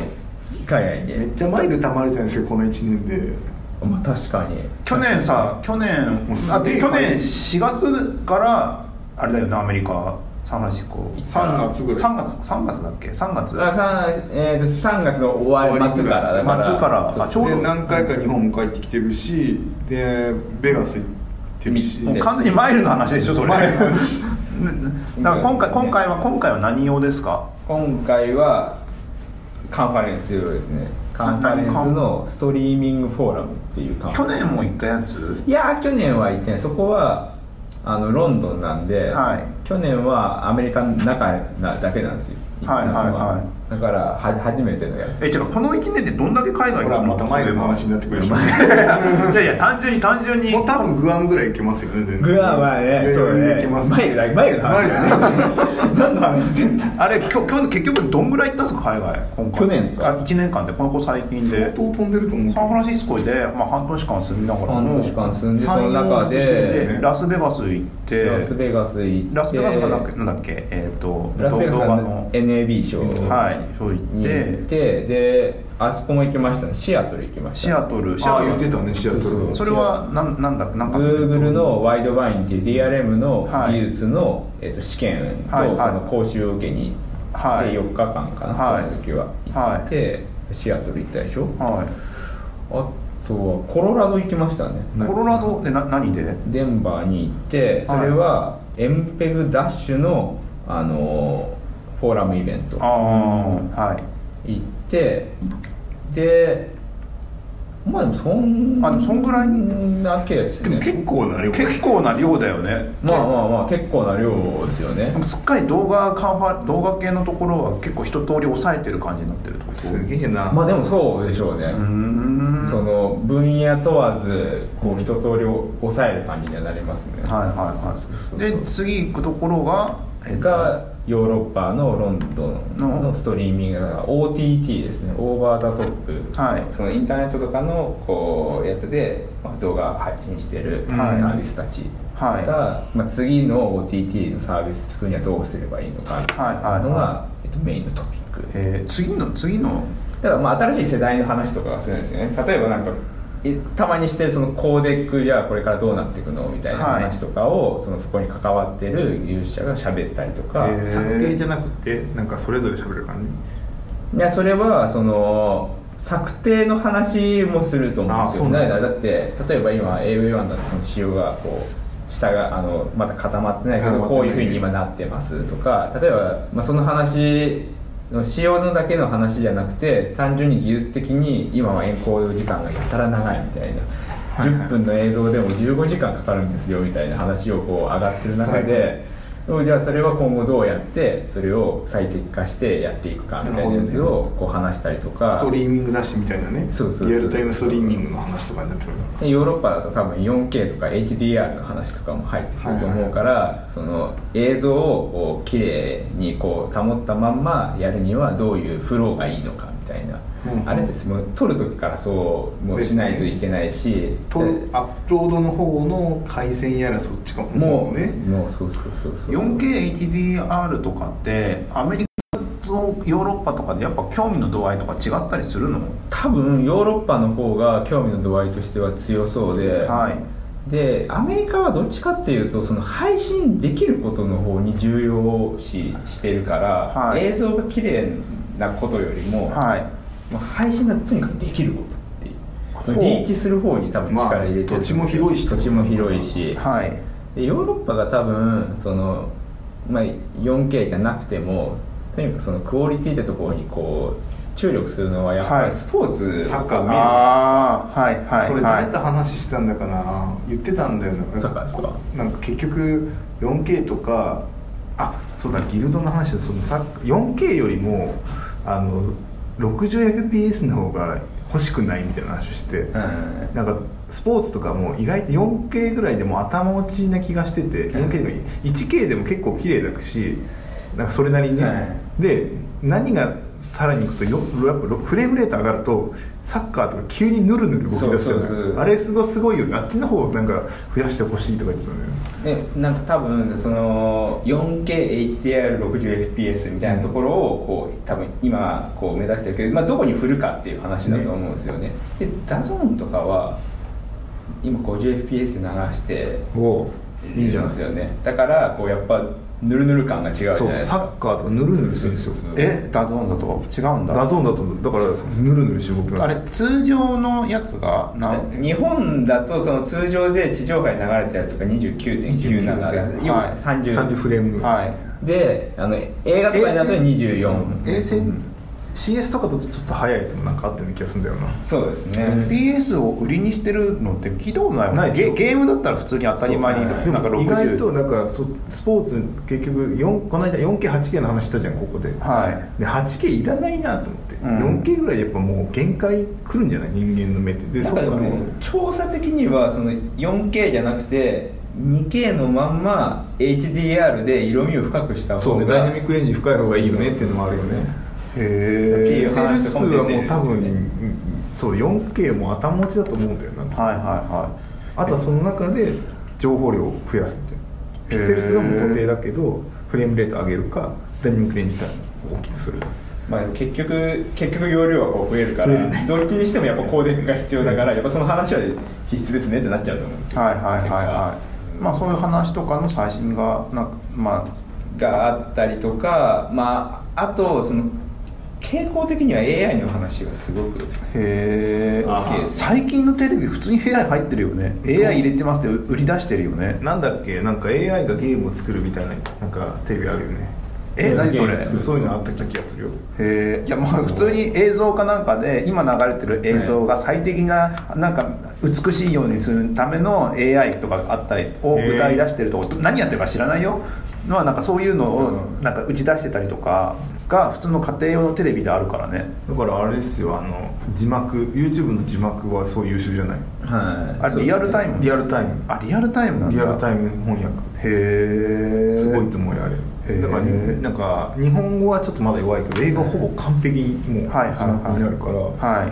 Speaker 3: 海外に
Speaker 2: めっちゃマイル貯まるじゃないですかこの1年で
Speaker 3: まあ確かに
Speaker 1: 去年さ去年
Speaker 2: もうすげえ
Speaker 1: だって去
Speaker 2: 海
Speaker 1: 年
Speaker 2: 外
Speaker 1: 4月からあれだよねアメリカサンフランシスコ
Speaker 2: 3月ぐらい
Speaker 1: 3月3月だっけ3月
Speaker 3: だからさん、えーと、3月の終わり末からだから
Speaker 1: 末からあちょう
Speaker 2: で
Speaker 1: ど
Speaker 2: 何回か日本も帰ってきてるしでベガス行ってるし
Speaker 1: もう完全にマイルの話でしょそれだ から今回今回は今回は何用ですか
Speaker 3: 今回はカンファレンス用ですねカンファレンスのストリーミングフォーラムっていうカンファ
Speaker 1: 去
Speaker 3: レンス
Speaker 1: 年も行ったやつ
Speaker 3: いやー去年は行ってないそこはあのロンドンなんで、
Speaker 1: はい
Speaker 3: 去年はアメリカの中なだけなんですよ
Speaker 1: はいはいはい
Speaker 3: だからは初めてのやつ
Speaker 1: え違うこの1年でどんだけ海外行
Speaker 2: ほら
Speaker 1: ったの
Speaker 2: またマイルの話になってくるでし ょ
Speaker 1: いやいや単純に単純に
Speaker 2: もう多分グアムぐらい行けますよね全然
Speaker 3: グアムはねそう
Speaker 2: 余裕
Speaker 3: ね
Speaker 2: で行けます
Speaker 3: マイルだマイルの話 何の話してんだ
Speaker 1: あれきょ去年結局どんぐらい行ったんですか海外今回
Speaker 3: 去年ですか
Speaker 1: あ1年間でこの子最近
Speaker 2: 相
Speaker 1: で
Speaker 2: 当飛んでると思う
Speaker 1: サンフランシスコで、まあ、半年間住みながら
Speaker 3: 半
Speaker 1: も
Speaker 3: 年間住んでその
Speaker 2: 三
Speaker 3: 中
Speaker 2: 四
Speaker 1: で
Speaker 3: で
Speaker 1: ラスベガス行って
Speaker 3: ラスベガス行って
Speaker 1: ラスベガスがなんだっけなんだっけえっ、と
Speaker 3: ラスベガス
Speaker 1: 動画
Speaker 3: の
Speaker 1: の
Speaker 3: NAB 賞
Speaker 1: はいそう行っ
Speaker 3: に行っててであそこも行きましたねシアトル行きました
Speaker 1: シアトルシ
Speaker 2: あ
Speaker 1: ア
Speaker 2: あ
Speaker 1: ト
Speaker 2: 言
Speaker 1: ル
Speaker 2: ってたねシアトル
Speaker 3: そう
Speaker 1: それはなんなんだなんか
Speaker 3: Google のワイドバインっていう DRM の
Speaker 1: はい
Speaker 3: 技術の、えっと試験と
Speaker 1: はい
Speaker 3: そ
Speaker 1: はい
Speaker 3: の講習を受けに行って
Speaker 1: はい
Speaker 3: 4日間かな、
Speaker 1: はい
Speaker 3: その時は行って、シアトル行ったでしょあ
Speaker 1: は
Speaker 3: とはコロラド行きましたね
Speaker 1: いコロラドでな何で
Speaker 3: デンバーに行ってそれは MPEG ダッシュの、あのーフォーラムイベント
Speaker 1: ああはい
Speaker 3: 行ってでまあでもそん
Speaker 1: あでもそんぐらい
Speaker 3: だけです
Speaker 2: でも
Speaker 3: ね
Speaker 2: 結構な量
Speaker 1: 結構な量だよね
Speaker 3: まあまあまあ結構な量ですよね
Speaker 1: すっかり動画カンファ動画系のところは結構一通り抑えてる感じになってるってこと
Speaker 2: すげえな、
Speaker 3: まあでもそうでしょうね、
Speaker 1: うーん
Speaker 3: その分野問わずこう一通り抑える感じにはなりますね、
Speaker 1: はいはいはい
Speaker 3: そうそ
Speaker 1: で
Speaker 3: う
Speaker 1: 次行くところが、えっと
Speaker 3: がヨーロッパのロンドン
Speaker 1: の
Speaker 3: のストリーミングが OTT ですねオーバーザトップ、
Speaker 1: はい
Speaker 3: そのインターネットとかのこうやつでまあ動画配信してるサ
Speaker 1: はい
Speaker 3: ービスたちが、
Speaker 1: はい
Speaker 3: まあ、次の OTT のサービス作るにはどうすればいいのかっていう
Speaker 1: はいはい
Speaker 3: の
Speaker 1: は
Speaker 3: が、えっと、メインのトピック
Speaker 1: いえー次の次の
Speaker 3: だからまあ新しい世代の話とかはするんですよね例えばなんかいたまにしてるそのコーデックじゃあこれからどうなっていくのみたいな
Speaker 1: はい
Speaker 3: 話とかを、そのそこに関わってる技術者が喋ったりとか、
Speaker 1: へー
Speaker 2: 作定じゃなくてなんかそれぞれ喋る感
Speaker 3: いやそれはその策定の話もすると思うんですよ
Speaker 2: あそうなんだ
Speaker 3: だからだって例えば今 AV1 だとその仕様がこう下があのまだ固まってないけ
Speaker 2: 固ま
Speaker 3: ど
Speaker 2: ってない
Speaker 3: こういうふうに今なってますとか例えば、まあ、その話の仕様のだけの話じゃなくて単純に技術的に今はエンコード時間がやたら長いみたいな10分の映像でも15時間かかるんですよみたいな話をこう上がってる中で。じゃあそれは今後どうやってそれを最適化してやっていくかみたいなやつをこう話したりと
Speaker 2: ス
Speaker 3: か
Speaker 2: トリーミングだしみたいなね
Speaker 3: そうそうそう
Speaker 2: リアルタイムストリーミングの話とかになってくる
Speaker 3: でヨーロッパだと多分 4K とか HDR の話とかも入ってくると思うから、その映像をこう綺麗にこう保ったまんまやるにはどういうフローがいいのかみたいな、
Speaker 2: うん
Speaker 3: あれってもう撮る時からそうもうしないといけないし
Speaker 2: と
Speaker 3: で
Speaker 2: アップロードの方の回線やらそっちかも
Speaker 3: もう
Speaker 2: ね
Speaker 3: もうそうそうそうそう
Speaker 1: 4KHDR とかってアメリカとヨーロッパとかでやっぱ興味の度合いとか違ったりするの
Speaker 3: 多分ヨーロッパの方が興味の度合いとしては強そうで、
Speaker 1: はい
Speaker 3: でアメリカはどっちかっていうとその配信できることの方に重要視してるから、
Speaker 1: はい
Speaker 3: 映像が綺麗なことよりも、
Speaker 1: はい
Speaker 3: まあ配信がとにかくできることっていうその
Speaker 1: ほう
Speaker 3: リーチする方に多分力入れてると思
Speaker 2: ま
Speaker 3: う、
Speaker 2: あ土地も広いし
Speaker 3: 土地も広いし、
Speaker 1: はい
Speaker 3: でヨーロッパが多分その、まあ、4K じゃなくてもとにかくそのクオリティってところにこう注力するのはやっぱ
Speaker 1: は
Speaker 3: り
Speaker 1: い
Speaker 3: スポーツ、
Speaker 2: サッカーね
Speaker 1: ああはいはい
Speaker 2: それ
Speaker 1: は
Speaker 2: 誰
Speaker 1: い
Speaker 2: と話したんだかな言ってたんだよな
Speaker 3: そっかそっか
Speaker 2: なんか結局 4K とかあそうだギルドの話だそのさ 4K よりもあの 60fps の方が欲しくないみたいな話をして、
Speaker 3: うん
Speaker 2: なんかスポーツとかも意外と 4K ぐらいでも頭落ちな気がしてて 4K とか 1K でも結構綺麗だしなんかそれなりにね、
Speaker 3: は
Speaker 2: で何がさらにいくとよやっぱフレームレート上がるとサッカーとか急にヌルヌル動き出しちゃうのよ
Speaker 3: そうそうそう
Speaker 2: あれすごいすごいよねあっちの方なんか増やしてほしいとか言ってたのよ
Speaker 3: でなんか多分その 4KHDR60fps みたいなところをこう多分今こう目指してるけど、まあ、どこに振るかっていう話だと思うんですよねでダゾーンとかは今 50fps 流して
Speaker 2: おいいじゃ
Speaker 3: ん
Speaker 2: な
Speaker 3: です
Speaker 2: い
Speaker 3: よねだからこうやっぱヌルヌル感が違うじゃない
Speaker 2: そう
Speaker 3: です
Speaker 2: サ
Speaker 3: か
Speaker 2: ッカーとかヌルヌルするんですよ
Speaker 1: えダゾーンだと違うんだ
Speaker 2: ダゾーンだと思うだからヌルヌルして動きます
Speaker 1: あれ通常のやつが何
Speaker 3: 日本だとその通常で地上波に流れたやつが29.97
Speaker 1: 29.97
Speaker 3: 今
Speaker 1: はい
Speaker 2: 30
Speaker 3: 30
Speaker 2: フレーム
Speaker 1: はい
Speaker 3: であの映画とかになると24
Speaker 2: 衛星 CS とかだとちょっと早いやつもなんかあったような気がするんだよな
Speaker 3: そうですね、
Speaker 1: FPS を売りにしてるのって聞いたことないもん
Speaker 2: ないでし
Speaker 1: ゲ
Speaker 2: ょ
Speaker 1: ゲームだったら普通に当たり前に
Speaker 3: そう
Speaker 2: で
Speaker 1: なんか
Speaker 2: も意外と
Speaker 1: 60
Speaker 2: だからそスポーツ結局4この間 4K8K の話したじゃんここで,、
Speaker 1: はい
Speaker 2: で 8K いらないなと思って、
Speaker 1: うん
Speaker 2: 4K ぐらいやっぱもう限界くるんじゃない人間の目ってで
Speaker 3: な
Speaker 2: そ
Speaker 3: ん
Speaker 2: っか
Speaker 3: からでも調査的にはその 4K じゃなくて 2K のまんま HDR で色味を深くした
Speaker 2: そ
Speaker 3: 方
Speaker 2: うね
Speaker 3: が
Speaker 2: ダイナミックレンジ深い方がいいよねっていうのもあるよね
Speaker 1: へえ
Speaker 3: いいよ
Speaker 2: SL
Speaker 3: 話
Speaker 2: 数
Speaker 3: とかも出
Speaker 2: は
Speaker 3: て
Speaker 2: もう
Speaker 3: るんですよ
Speaker 2: 多分
Speaker 3: ね
Speaker 2: うんそう 4K も頭持ちだと思うんだよな
Speaker 1: はいはいはい
Speaker 2: あとはその中で情報量を増やすっていうピクセル数がもう固定だけどフレームレート上げるかダイナミックレンジだ大きくする
Speaker 3: まあ、結局結局容量はこう増えるからどっちにしてもやっぱコーデックが必要だからやっぱその話は必須ですねってなっちゃうと思うんですよ
Speaker 1: はいはいはいはいまあそういう話とかの最新がなんかま
Speaker 3: があったりとか、まあ、あとその傾向的には AI の話がすご
Speaker 1: あ
Speaker 3: く
Speaker 1: へえ
Speaker 2: あ
Speaker 3: ー
Speaker 1: 最近のテレビ普通に AI 入ってるよね AI 入れてますって売り出してるよね
Speaker 2: なんだっけなんか AI がゲームを作るみたいななんかテレビあるよね
Speaker 1: え何それ
Speaker 2: ゲーム作るそういうのあった気がするよ
Speaker 1: へえいやまあ普通に映像かなんかで今流れてる映像が最適ななんか美しいようにするための AI とかがあったりを
Speaker 2: へえ
Speaker 1: 歌い出してるとこ何やってるか知らないよまあなんかそういうのを
Speaker 3: うん
Speaker 1: なんか打ち出してたりとかが普通の家庭用のテレビであるからね
Speaker 2: だからあれですよあの字幕 YouTube の字幕はそう優秀じゃない
Speaker 3: はい
Speaker 1: あれリアルタイム
Speaker 2: リアルタイム
Speaker 1: あリアルタイムなんだ
Speaker 2: リアルタイム翻訳
Speaker 1: へえ
Speaker 2: すごいと思うよあれ
Speaker 1: へー
Speaker 2: だからなんか日本語はちょっとまだ弱いけど英語はほぼ完璧にもう
Speaker 1: はいはい
Speaker 2: 字幕にあるから、
Speaker 1: はい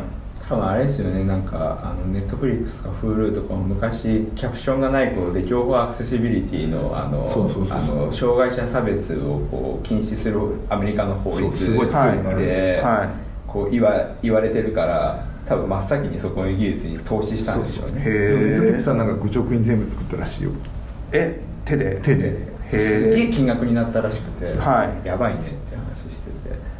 Speaker 3: 多分あれですよねなんかあのネットフリックスとか Hulu とかも昔キャプションがないことで情報アクセシビリティのあの
Speaker 2: そうそうそうそう
Speaker 3: あの障害者差別をこう禁止するアメリカの法
Speaker 2: そう
Speaker 3: 律
Speaker 2: すごい
Speaker 1: い
Speaker 2: 強
Speaker 1: のあ
Speaker 3: で、
Speaker 1: るはい
Speaker 3: こう言わ言われてるから多分真っ先にそこの技術に投資したんでしょうね
Speaker 1: へ
Speaker 2: ネットフリック
Speaker 1: え
Speaker 2: スはなんか愚直に全部作ったらしいよ
Speaker 1: え手で
Speaker 2: 手
Speaker 3: で
Speaker 2: で
Speaker 1: へー
Speaker 3: すっげえ金額になったらしくて、
Speaker 1: はい
Speaker 3: やばいねって話してて。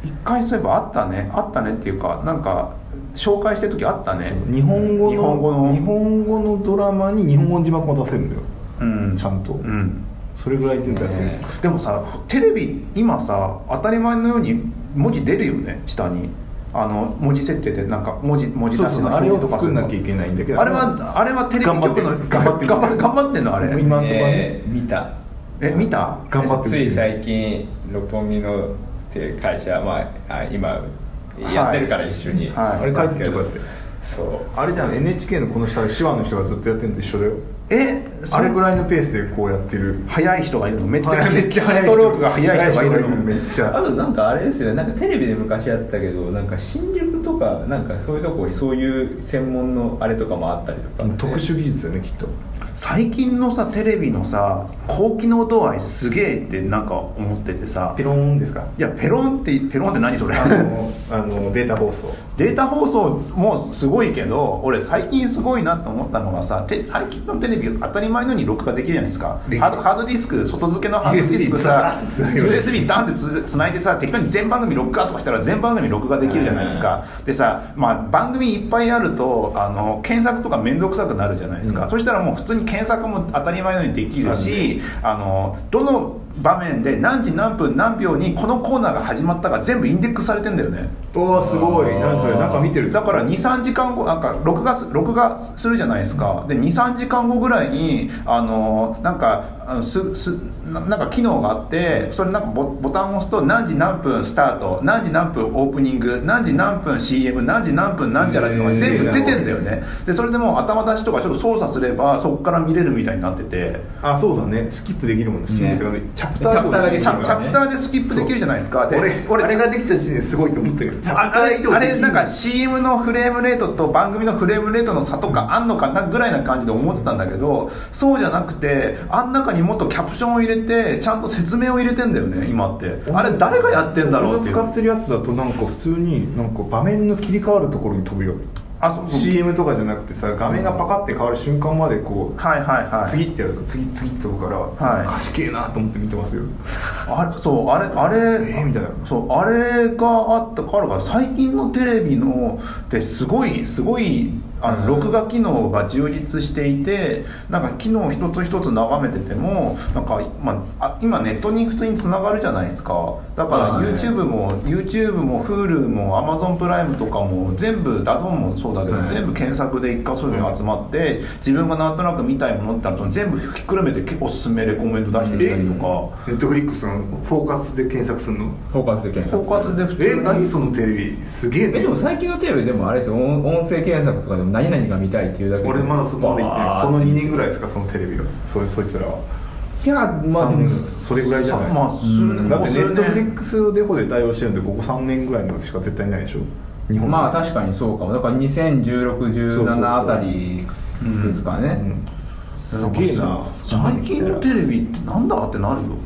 Speaker 1: 一回そういえばあったねあったねっていうかなんか紹介してる時あったね
Speaker 2: 日本語の
Speaker 1: 日本語の
Speaker 2: 日本語のドラマに日本語の字幕も出せるんだよ
Speaker 1: うん
Speaker 2: ちゃんと、
Speaker 1: うん
Speaker 2: それぐらい全部やってるし、
Speaker 3: ね
Speaker 1: でもさテレビ今さ当たり前のように文字出るよね下にあの文字設定でなんか文字文字
Speaker 2: そう
Speaker 1: 出し
Speaker 2: そ
Speaker 1: の
Speaker 2: うあ
Speaker 1: 表
Speaker 2: れ
Speaker 1: 示と
Speaker 2: を
Speaker 1: か
Speaker 2: 作んなきゃ
Speaker 1: る
Speaker 2: いけないんだけど
Speaker 1: あれはあれはテレビ局の
Speaker 2: 頑張ってる
Speaker 1: 頑張って頑張ってんのあれ
Speaker 2: 今のところはね
Speaker 3: えー見た
Speaker 1: え見た
Speaker 2: 頑張って
Speaker 3: つ
Speaker 2: る
Speaker 3: い最近六本木のって会社、まあ、あ今やってるから一緒に、
Speaker 1: はい
Speaker 2: あれ書いてるとかって
Speaker 3: そう
Speaker 2: あれじゃん NHK のこの下手話の人がずっとやってるのと一緒だよ
Speaker 1: え
Speaker 2: あれぐ
Speaker 1: い
Speaker 2: らいのペースでこうやってる
Speaker 1: 速い人がいるのめっちゃ
Speaker 2: はい
Speaker 1: めっちゃストロークが速い人がいるの
Speaker 2: めっち
Speaker 3: あ
Speaker 2: ゃ
Speaker 3: となんかあれですよねなんかテレビで昔やってたけどなんか新宿とかなんかそういうとこにそういう専門のあれとかもあったりとか
Speaker 2: もう特殊技術だよねきっと
Speaker 1: 最近のさテレビのさ高機能度合いすげえってなんか思っててさ
Speaker 2: ロンですか
Speaker 1: いやペロンってペロンって何それ
Speaker 2: あのあのデータ放送
Speaker 1: データ放送もすごいけど俺最近すごいなと思ったのがさて最近のテレビ当たり前のように録画できるじゃないですか
Speaker 2: できる
Speaker 1: ハードハードディスク外付けのハードディスク さ USB ダンってつつないでさ適当に全番組録画とかしたら全番組録画できるじゃないですかでさ、まあ、番組いっぱいあるとあの検索とか面倒くさくなるじゃないですか、そしたらもう普通に検索も当たり前のようにできるしあのどの場面で何時何分何秒にこのコーナーが始まったか全部インデックスされてんだよね
Speaker 2: おおすごいなんそれなんか見てる
Speaker 1: だから23時間後なんか録画す録画するじゃないですかで23時間後ぐらいにあのなんかあのすすななんか機能があってそれなんかボボタンを押すと何時何分スタート何時何分オープニング何時何分 CM 何時何分なんちゃらっていうのが全部出てんだよねでそれでもう頭出しとかちょっと操作すればそこから見れるみたいになってて
Speaker 2: あそうだねスキップできるもんねスキップっていうかチャプターごとに
Speaker 3: チャ
Speaker 1: チャ
Speaker 3: プターができる
Speaker 1: チャプターでスキップできるじゃないですかで
Speaker 2: 俺俺あれができた時点ですごいと思ったけどチャプタ
Speaker 1: あ
Speaker 2: ー移動できる
Speaker 1: あれなんか CM のフレームレートと番組のフレームレートの差とかあんのかなぐらいな感じで思ってたんだけどそうじゃなくてあん中にもっとキャプションを入れてちゃんと説明を入れてんだよね今ってあれ誰がやってんだろうって
Speaker 2: 俺
Speaker 1: い
Speaker 2: が使
Speaker 1: う
Speaker 2: ってるやつだとなんか普通になんか場面の切り替わるところに飛ぶよ
Speaker 1: あそうそう
Speaker 2: CM とかじゃなくてさ画面がパカって変わる瞬間までこう
Speaker 1: はいはいはい
Speaker 2: 次ってやると次次って飛ぶから
Speaker 1: はい
Speaker 2: 賢いなと思って見てますよ
Speaker 1: あれそうあれあれ、
Speaker 2: えーみたいな
Speaker 1: そうあれがあったからか最近のテレビのってすごいすごいあの
Speaker 3: うん
Speaker 1: 録画機能が充実していてなんか機能一つ一つ眺めててもなんか、まあ、あ今ネットに普通につながるじゃないですかだから
Speaker 3: はい
Speaker 1: YouTube も YouTube も Hulu も Amazon プライムとかも全部ダゾーンもそうだけど、
Speaker 3: はい
Speaker 1: 全部検索で一箇所に集まって自分がなんとなく見たいものってあると全部ひっくるめておすすめレコメント出してきたりとか。
Speaker 2: ネットフリックスのフォーカスで検索するの
Speaker 3: 包括で検
Speaker 1: 総
Speaker 3: 索
Speaker 1: 括で普
Speaker 2: え
Speaker 1: 通
Speaker 2: 何
Speaker 1: に
Speaker 2: そのテレビすげえ
Speaker 3: えでも
Speaker 2: ね
Speaker 3: 最近のテレビでもあれですよ音音声検索とかでも何々が見たいっていうだけで
Speaker 2: 俺まだそこまで行ってないこの
Speaker 3: バー
Speaker 2: 2年ぐらいですかそのテレビがそそいつらは
Speaker 3: っていやまあで
Speaker 2: 3
Speaker 3: も
Speaker 2: 年それぐらいじゃない
Speaker 1: まあ数年
Speaker 2: だっ
Speaker 1: こ
Speaker 2: て
Speaker 1: こ
Speaker 2: ネッ
Speaker 1: 数
Speaker 2: トフリッ
Speaker 1: 年
Speaker 2: クスデフォで対応してるんでここ3年ぐらいのしか絶対ないでしょ日本
Speaker 3: まあ確かにそうかもだから
Speaker 2: そうそうそう
Speaker 3: 201617あたりですかね
Speaker 2: うんす
Speaker 1: なんか
Speaker 2: げえな
Speaker 1: 最近のテレビってなんだってなるよ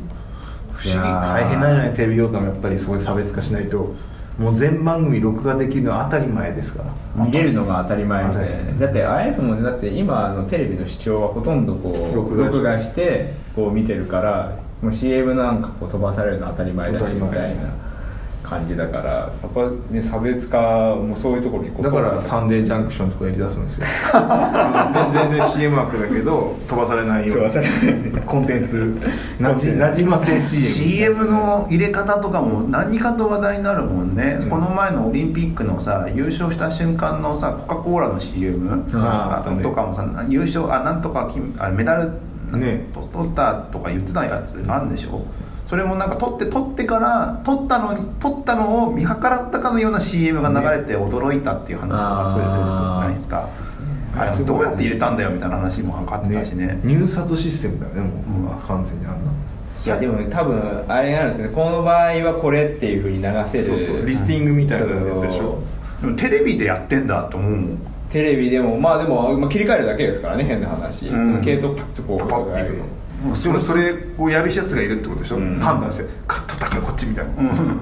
Speaker 1: 不
Speaker 3: い
Speaker 1: 思
Speaker 3: や
Speaker 1: 議
Speaker 2: 大変なんじゃないテレビ業界もやっぱりすごい差別化しないともう全番組録画できるのは当たり前ですから
Speaker 3: 見れるのが当たり前
Speaker 2: 当たり
Speaker 3: でだってあれですもんねだって今あのテレビの視聴はほとんどこう
Speaker 2: 録画して
Speaker 3: 録画してこう見てるからもう CM なんかこう飛ばされるの当たり前だ
Speaker 2: 当た
Speaker 3: し
Speaker 2: り
Speaker 3: み
Speaker 2: 前
Speaker 3: たいな感じだからやっぱね差別化もそういうところにこう
Speaker 2: だから「サンデージャンクション」とかやりだすんです よあの全然 CM 枠だけど飛ばされないよう
Speaker 3: 飛ばされ
Speaker 2: にコンテンツなじなじませ CM
Speaker 1: CM の入れ方とかも何かと話題になるもんね、この前のオリンピックのさ優勝した瞬間のさコカ・コーラの CM
Speaker 2: あ
Speaker 1: あとかもさ優勝あなんとか金あメダル
Speaker 2: ね
Speaker 1: と取ったとか言ってたやつあんでしょそれもなんか取って取ってから取ったのに取ったのを見計らったかのような CM が流れて驚いたっていう話とかそういうじゃないですか
Speaker 2: あー
Speaker 1: あれ
Speaker 2: すごい
Speaker 1: どうやって入れたんだよみたいな話も分かってたしね
Speaker 2: 入札システムだよねもう、
Speaker 1: うん
Speaker 2: 完全にあんな
Speaker 3: いやでもね多分あれなんですねこの場合はこれっていうふうに流せる
Speaker 2: そうそうリスティングみたいなやつでし
Speaker 3: そ
Speaker 2: ょ
Speaker 3: う
Speaker 1: でもテレビでやってんだと思うもん
Speaker 3: テレビでもまあでも、まあ、切り替えるだけですからね変な話、
Speaker 1: うん
Speaker 3: その系統パッとこう
Speaker 2: パパっていくの
Speaker 1: うん
Speaker 2: でもそれをやるやつがいるってことでしょ、
Speaker 3: うん
Speaker 2: 判断してカットだからこっちみたいな、
Speaker 3: はい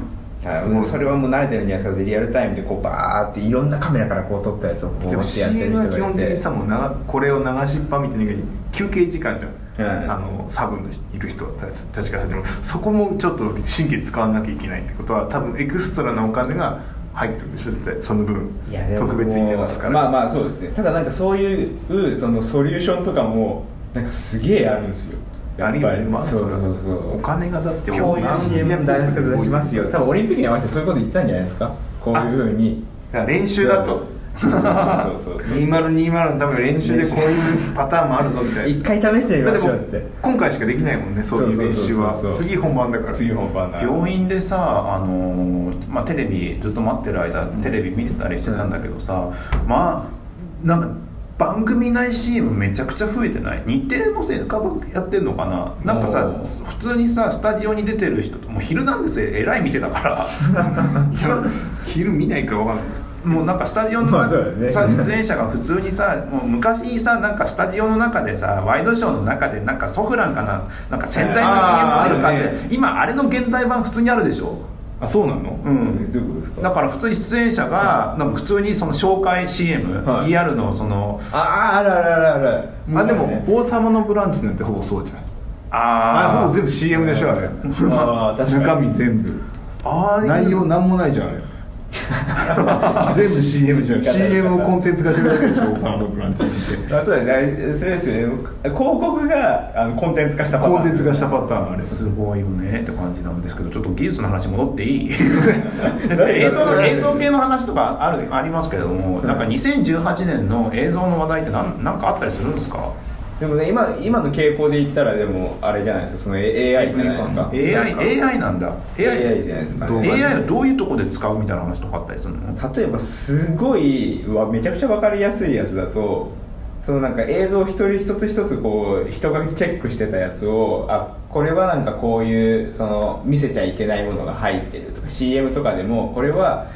Speaker 3: もうそれはもう慣れてるんじゃないですかリアルタイムでこうバーっていろんなカメラからこう撮ったやつをこう
Speaker 2: でも
Speaker 3: やってる
Speaker 2: CM は基本的にさもうなこれを流しっぱみてね休憩時間じゃん、
Speaker 3: うん
Speaker 2: あのサブのいる人たちたちからしてもそこもちょっと神経使わなきゃいけないってことは多分エクストラなお金が入ってるんでしょ絶対その分
Speaker 3: いやでも
Speaker 2: 特別に流すから、
Speaker 3: まあまあそうですねただなんかそういうそのソリューションとかもなんかすげえあるんですよ
Speaker 2: あるよねまあ
Speaker 3: そう
Speaker 2: れ
Speaker 3: そう
Speaker 2: は
Speaker 3: そう
Speaker 2: お金がだって
Speaker 3: こういう CM 大学で出しますよ多分オリンピックに合わせてそういうこと言ったんじゃないですかこういうふうに
Speaker 2: だから練習だと
Speaker 3: そうそうそうそう
Speaker 2: 2020のための練習でこういうパターンもあるぞみたい
Speaker 3: 一
Speaker 2: な
Speaker 3: 回試してみ
Speaker 2: だ
Speaker 3: ま
Speaker 2: って
Speaker 3: し
Speaker 2: も
Speaker 3: ょうって
Speaker 2: う今回しかできないもんねそういう練習は
Speaker 3: そうそうそうそう
Speaker 2: 次本番だから
Speaker 3: 次本番な
Speaker 1: 病院でさ、あのーまあ、テレビずっと待ってる間テレビ見てたりしてたんだけどさ、まあなんか番組内 CM めちゃくちゃ増えてない日テレのせいかやってんのかななんかさ
Speaker 3: おー
Speaker 1: 普通にさスタジオに出てる人ともう「昼なんですよえらい見てたから。
Speaker 2: い や 昼見ないから分かんない
Speaker 1: もうなんかスタジオの
Speaker 3: まあ
Speaker 1: 中、
Speaker 3: そうだよね
Speaker 1: さ出演者が普通にさもう昔さなんかスタジオの中でさワイドショーの中でなんかソフランかななんか洗剤の CM
Speaker 2: あー
Speaker 1: あるかっ
Speaker 2: あ
Speaker 1: て、
Speaker 2: るね
Speaker 1: 今あれの現代版普通にあるでしょ
Speaker 2: あそうなの
Speaker 1: うん
Speaker 3: どういうことですか
Speaker 1: だから普通に出演者がなんか普通にその紹介 CM、
Speaker 3: はい
Speaker 1: リアルのその
Speaker 3: あああるあるあるある
Speaker 2: あでも「王様のブランチ」なんてほぼそうじゃないあれ
Speaker 1: あ
Speaker 2: ほぼ全部 CM でしょあれ
Speaker 3: あー確かに
Speaker 2: 中身全部
Speaker 1: ああ
Speaker 2: 内容なんもないじゃんあれ全部 CM じゃん CM をコンテンツ化してるだけでしょ「王様のブランチ」って
Speaker 3: あそうだねそれですよね広告があのコンテンツ化したパターン
Speaker 2: コンテンツ化したパターンあれ
Speaker 1: すごいよねって感じなんですけどちょっと技術の話戻っていい 映像
Speaker 3: 誰
Speaker 1: の映像系の話とかあるありますけれどもなんか2018年の映像の話題って何なんかあったりするんですか
Speaker 3: でもね今今の傾向で言ったらでもあれじゃないですかその A- AI じゃないですか
Speaker 1: AI, AI なんだ AI,
Speaker 3: AI じゃないですかね
Speaker 1: 動画 AI をどういうとこで使うみたいな話とかあったりするの
Speaker 3: 例えばすごいわめちゃくちゃ分かりやすいやつだとそのなんか映像一人一つ一つこう人がチェックしてたやつをあこれはなんかこういうその見せちゃいけないものが入ってるとか CM とかでもこれは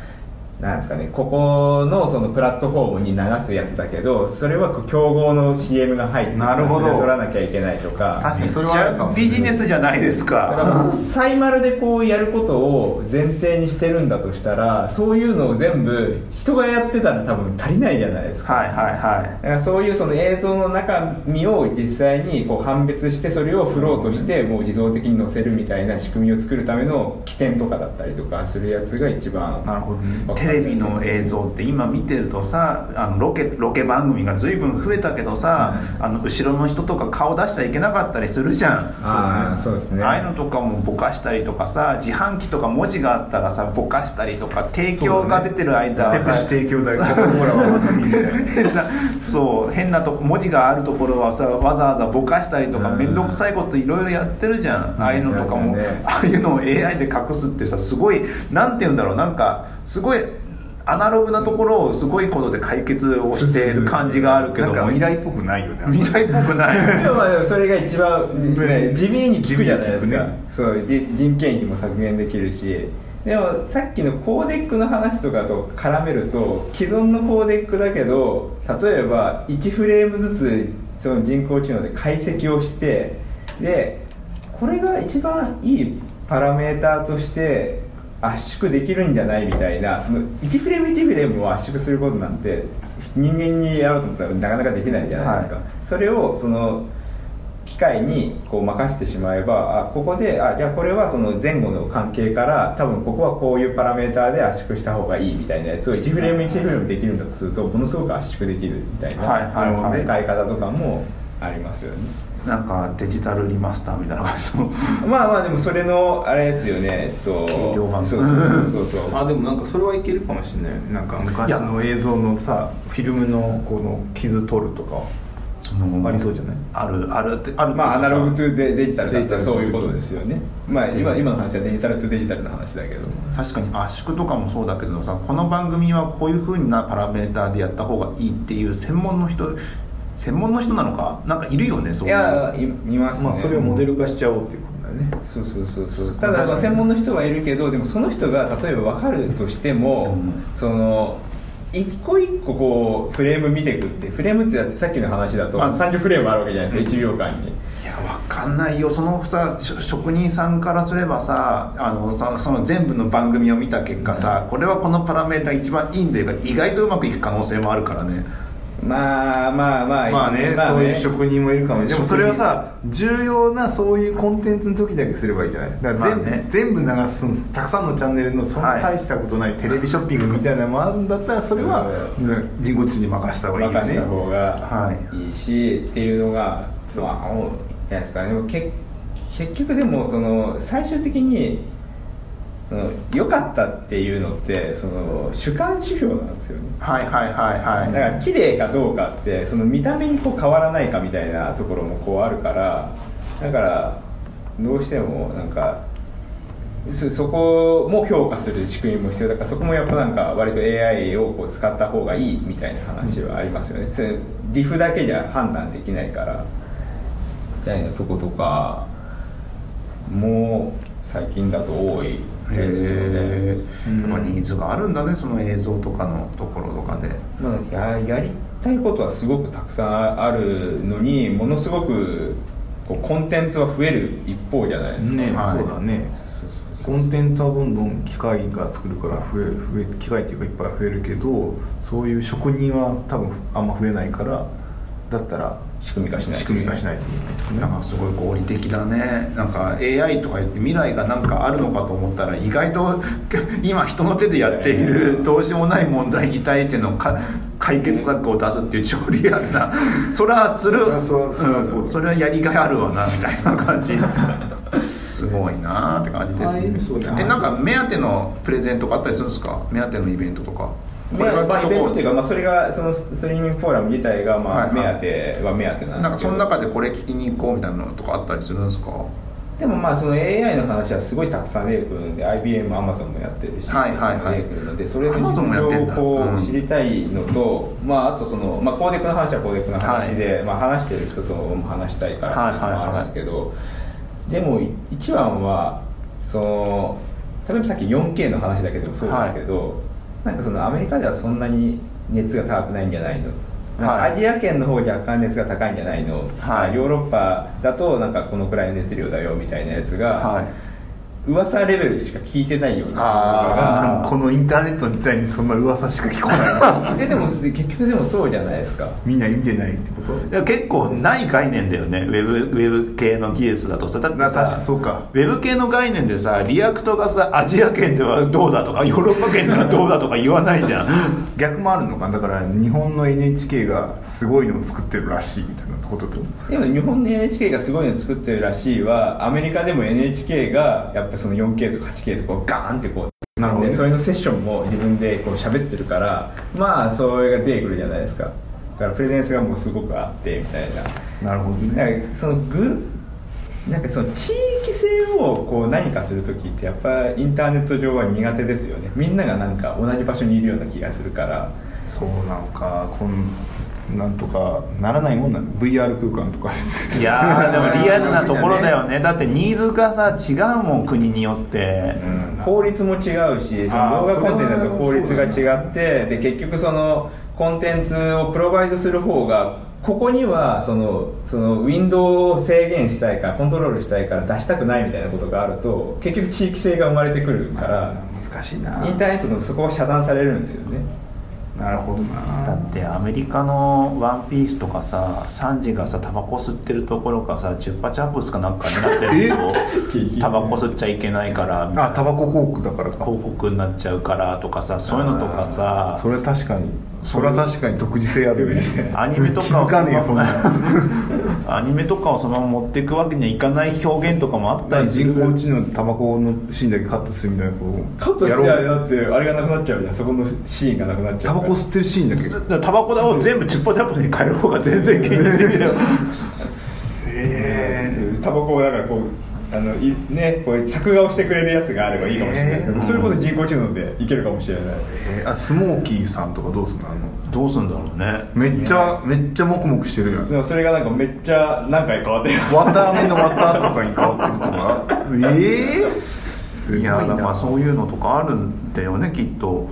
Speaker 3: なんですかねここのそのプラットフォームに流すやつだけどそれはこう競合の CM が入ってて
Speaker 2: なるほど
Speaker 3: それを取らなきゃいけないとか
Speaker 2: 確かにそれはあるかもしれ
Speaker 1: ビ
Speaker 2: ない
Speaker 1: ジネスじゃないですか
Speaker 3: サイマルでこうやることを前提にしてるんだとしたらそういうのを全部人がやってたら多分足りないじゃないですか
Speaker 1: はいはいはい
Speaker 3: だからそういうその映像の中身を実際にこう判別してそれをフローとしてもう自動的に載せるみたいな仕組みを作るための起点とかだったりとかするやつが一番
Speaker 2: なるほどね
Speaker 3: わか
Speaker 1: テ
Speaker 3: りやすい
Speaker 1: レビの映像って今見てるとさあのロケロケ番組が随分増えたけどさ、あの後ろの人とか顔出しちゃいけなかったりするじゃん
Speaker 3: ああそうですね
Speaker 1: ああいうのとかもぼかしたりとかさ自販機とか文字があったらさぼかしたりとか提供が出てる間
Speaker 2: ペプシ提供だけほらはまずいみたいな
Speaker 1: 変な そう変なとこ文字があるところはさわざわざぼかしたりとか
Speaker 3: うん
Speaker 1: 面倒くさいこといろいろやってるじゃん、ああいうのとかも、
Speaker 3: やってま
Speaker 1: あ
Speaker 3: すね
Speaker 1: あいうのを AI で隠すってさすごいなんて言うんだろうなんかすごいアナログなところをすごいことで解決をしている感じがあるけども
Speaker 2: なんか未来っぽくないよね
Speaker 1: 未来っぽくない
Speaker 3: でもまあでもそれが一番、ね
Speaker 2: ね
Speaker 3: 地味に効くじゃないです
Speaker 2: 地味に
Speaker 3: か、
Speaker 2: 効くね
Speaker 3: そうじ人件費も削減できるしでもさっきのコーデックの話とかと絡めると既存のコーデックだけど例えば1フレームずつその人工知能で解析をしてでこれが一番いいパラメーターとして圧縮できるんじゃないみたいなその1フレーム1フレームを圧縮することなんて人間にやろうと思ったらなかなかできないじゃないですか、
Speaker 1: はい
Speaker 3: それをその機械にこう任せてしまえばあここであじゃあこれはその前後の関係から多分ここはこういうパラメーターで圧縮した方がいいみたいなやつを1フレーム1フレームできるんだとするとものすごく圧縮できるみたいな、
Speaker 1: はいはいはい
Speaker 3: 使い方とかもありますよね
Speaker 1: なんかデジタルリマスターみたいな感じの
Speaker 3: まあまあでもそれのあれですよねえっと
Speaker 1: 軽量版
Speaker 3: そうそうそ うそうそう
Speaker 2: あでもなんかそれはいけるかもしれないよねなんか昔の映像のさフィルムのこの傷取るとか
Speaker 1: その
Speaker 2: ありそうじゃない
Speaker 1: あるあるってあるっていうかさ
Speaker 3: まあアナログとデデジタルだ
Speaker 2: デ
Speaker 3: ったら
Speaker 2: ジタル
Speaker 3: そういうことですよねまあ今今の話はデジタルとデジタルの話だけど
Speaker 1: 確かに圧縮とかもそうだけどさこの番組はこういうふうなパラメーターでやった方がいいっていう専門の人専門の人なのかなんかいるよねそう
Speaker 3: い
Speaker 1: いう
Speaker 3: やいいますね
Speaker 2: まあそれをモデル化しちゃおうっていうことだね
Speaker 3: そうそうそうそうただまあ専門の人はいるけどでもその人が例えば分かるとしても、
Speaker 1: うん
Speaker 3: その一個一個こうフレーム見ていくってフレームってだってさっきの話だと
Speaker 1: まあ
Speaker 3: 30フレームあるわけじゃないですか1秒間に
Speaker 1: いやわかんないよそのさしょ職人さんからすればさあのさその全部の番組を見た結果さ、これはこのパラメータ一番いいんだよが意外とうまくいく可能性もあるからね
Speaker 3: まあまあまあ
Speaker 2: まあね、そういう職人もいるかもしれないでも
Speaker 1: 職人
Speaker 2: それはさ重要なそういうコンテンツの時だけすればいいじゃないだから全,、
Speaker 1: まあね
Speaker 2: 全部流すそのたくさんのチャンネルのそんな
Speaker 1: はい
Speaker 2: 大したことないテレビショッピングみたいなのもあるんだったらそれは、うん、人工知に任せた方がいいよ
Speaker 3: 任せ
Speaker 2: ね
Speaker 3: た方
Speaker 1: は
Speaker 3: がいいし、っていうのがまあ思うじゃないですかでもけ結局でもその最終的にその良かったっていうのってその主観指標なんですよね
Speaker 1: はいはいはいはい
Speaker 3: だから綺麗かどうかってその見た目にこう変わらないかみたいなところもこうあるからだからどうしてもなんかそそこも評価する仕組みも必要だからそこもやっぱなんか割と AI をこう使った方がいいみたいな話はありますよね、それリフだけじゃ判断できないからみたいなとことかも最近だと多いですよね
Speaker 1: へえ、やっぱニーズがあるんだねその映像とかのところとかで
Speaker 3: まあ、ややりたいことはすごくたくさんあるのにものすごくこうコンテンツは増える一方じゃないですか、
Speaker 2: ね、
Speaker 1: はい
Speaker 2: そうだねコンテンツはどんどん機械が作るから増える増え機械っていうかいっぱい増えるけどそういう職人は多分あんま増えないからだったら
Speaker 3: 仕組み化しないと
Speaker 2: 仕組み化しないといけないと
Speaker 1: なん
Speaker 2: かね
Speaker 1: かすごい合理的だねなんか AI とか言って未来がなんかあるのかと思ったら意外と 今人の手でやっているどうしようもない問題に対してのか解決策を出すっていう超リアルなそれはする
Speaker 2: あそうそうそう
Speaker 1: うんそれはやりがいあるわなみたいな感じすごいなって感じです
Speaker 2: はいそうだ
Speaker 1: ね
Speaker 2: ね
Speaker 1: えなんか目当てのプレゼントとかあったりするんですか目当てのイベントとか
Speaker 3: これまあ、イベントっていうか、まあ、それがそのストリーミングフォーラム自体が、ま
Speaker 1: は
Speaker 3: あ、
Speaker 1: い
Speaker 3: 目
Speaker 1: はい
Speaker 3: 当ては目当てなんですけど
Speaker 1: なんかその中でこれ聞きに行こうみたいなのとかあったりするんですか
Speaker 3: でもまあその AI の話はすごいたくさん出てくるので IBM、Amazon もやってるし、
Speaker 1: はいはいはい
Speaker 3: 出てくるのでそれの
Speaker 1: Amazon も
Speaker 3: 実
Speaker 1: やってん
Speaker 3: 情
Speaker 1: だ
Speaker 3: をこ
Speaker 1: うん
Speaker 3: う知りたいのと、まああとそのまあコーデックの話はコーデックの話で、まあ話してる人とも話したいからっていうのもあるんですけど、でも一番はその例えばさっき 4K の話だけでもそうですけど、なんかそのアメリカではそんなに熱が高くないんじゃないの。なんか
Speaker 1: はい
Speaker 3: アジア圏の方若干熱が高いんじゃないの、
Speaker 1: はい
Speaker 3: ヨーロッパだとなんかこのくらいの熱量だよみたいなやつが、噂レベルでしか聞いてないような
Speaker 1: あ
Speaker 2: このインターネット自体にそんな噂しか聞こえない
Speaker 3: えでも結局でもそうじゃないですか
Speaker 2: みんな見てないってこと
Speaker 1: いや結構ない概念だよねウェブウェブ系の技術だとさだって
Speaker 2: な確か
Speaker 1: さ
Speaker 2: そうか
Speaker 1: ウェブ系の概念でさリアクトがさアジア圏ではどうだとかヨーロッパ圏ではどうだとか言わないじゃん
Speaker 2: 逆もあるのかだから日本の NHK がすごいのを作ってるらしいみたいなことと
Speaker 3: でも日本の NHK がすごいの作ってるらしいはアメリカでも NHK がやっぱその 4K とか 8K とかをガーンってこう
Speaker 2: なるほどね
Speaker 3: でそれのセッションも自分でこう喋ってるからまあそれが出てくるじゃないですかだからプレゼンスがもうすごくあってみたいな
Speaker 2: なるほどね
Speaker 3: なんかそのぐなんかその地域性をこう何かする時ってやっぱインターネット上は苦手ですよねみんながなんか同じ場所にいるような気がするから
Speaker 2: そうなのかこんなんとかならないもんなの VR 空間とか
Speaker 1: いやーでもリアルなところだよねだってニーズがさ違うもん国によって、
Speaker 3: 法律も違うしその動画コンテンツだと法律が違ってで結局そのコンテンツをプロバイドする方がここにはそのそのウィンドウを制限したいからコントロールしたいから出したくないみたいなことがあると結局地域性が生まれてくるから
Speaker 2: 難しいな
Speaker 3: インターネットのそこは遮断されるんですよね
Speaker 2: なるほどな
Speaker 1: だってアメリカの「ワンピースとかさサンジがさタバコ吸ってるところがさチュッパチャップスかなんかになって るでしょタバコ吸っちゃいけないからみたい
Speaker 2: あ
Speaker 1: な
Speaker 2: タバコ広告だからか
Speaker 1: 広告になっちゃうからとかさそういうのとかさ
Speaker 2: それは確かにそれは確かに独自性あるね
Speaker 1: アニメと
Speaker 2: 気
Speaker 1: か
Speaker 2: づ
Speaker 1: をそ
Speaker 2: か
Speaker 1: の
Speaker 2: ねえよそんなの
Speaker 1: アニメとかをそのまま持っていくわけにはいかない表現とかもあっ
Speaker 2: だ
Speaker 1: た
Speaker 2: から
Speaker 1: りす
Speaker 2: 人
Speaker 1: る
Speaker 2: 工知能でタバコのシーンだけカットするみたいなこ
Speaker 3: カット
Speaker 2: と
Speaker 3: してあれ
Speaker 2: やろう
Speaker 3: だってあれがなくなっちゃうじゃんそこのシーンがなくなっち
Speaker 2: タ
Speaker 3: ゃう
Speaker 2: バ
Speaker 3: から
Speaker 2: コ吸ってるシーンだけ
Speaker 1: だからタバコだを全部チッポチャップに変える方が全然現実的だよ
Speaker 2: え
Speaker 3: タバコをだからこうあのいねこう作画をしてくれるやつがあればいいかもしれないけど、
Speaker 2: えー
Speaker 3: それこそ人工知能でいけるかもしれない、
Speaker 2: えーあスモーキーさんとかどうすんのあの
Speaker 1: どうすんだろうね
Speaker 2: めっちゃめっちゃモクモクしてるやん
Speaker 3: でもそれがなんかめっちゃ何回変わってる
Speaker 2: わたあめのわたとかに変わってるとかええー、すご
Speaker 1: い
Speaker 2: いな
Speaker 1: やだからそういうのとかあるんだよねきっと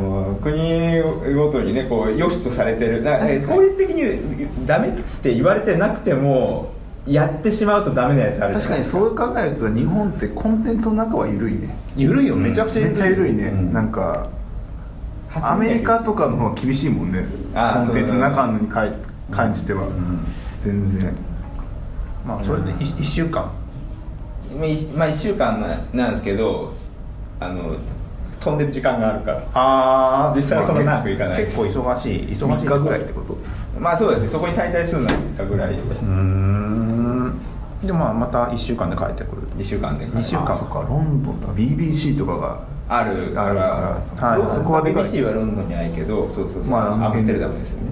Speaker 3: もう国ごとにねこう良しとされてるだからね効率的にダメって言われてなくてもやってしまうとダメなやつあるじゃん
Speaker 2: 確かにそう考えると日本ってコンテンツの中は緩いね
Speaker 1: 緩いよめ
Speaker 2: め
Speaker 1: ちゃくちゃ
Speaker 2: めっちゃ緩いね、
Speaker 1: うん
Speaker 2: なんか
Speaker 3: 発
Speaker 2: ア
Speaker 3: 想的
Speaker 2: メリカとかの方が厳しいもんね
Speaker 3: あ
Speaker 2: コ
Speaker 3: ー
Speaker 2: ンテンツの中に関関しては、
Speaker 1: ん
Speaker 2: 全然
Speaker 1: まあそれで 1, 週間
Speaker 3: まあいまあ1週間ななんですけどあの飛んでる時間があるから
Speaker 1: あ
Speaker 3: 実際はそんな長くいかない
Speaker 1: 結構忙しい忙しい
Speaker 2: 3日ぐらいってこと
Speaker 3: まあそうですねそこに滞在するのは3日ぐらいで
Speaker 1: うーんでまあまた1週間で帰ってくる
Speaker 3: 2週間で
Speaker 1: 二週間
Speaker 2: あそっかロンドンだ BBC とかが
Speaker 3: あるか
Speaker 2: ある
Speaker 3: ら
Speaker 2: から
Speaker 1: はい
Speaker 3: ロンドン
Speaker 2: そこはでかい
Speaker 3: BBC はロンドンにないけどそうそうそう、
Speaker 2: まあ
Speaker 3: アムステルダムですよね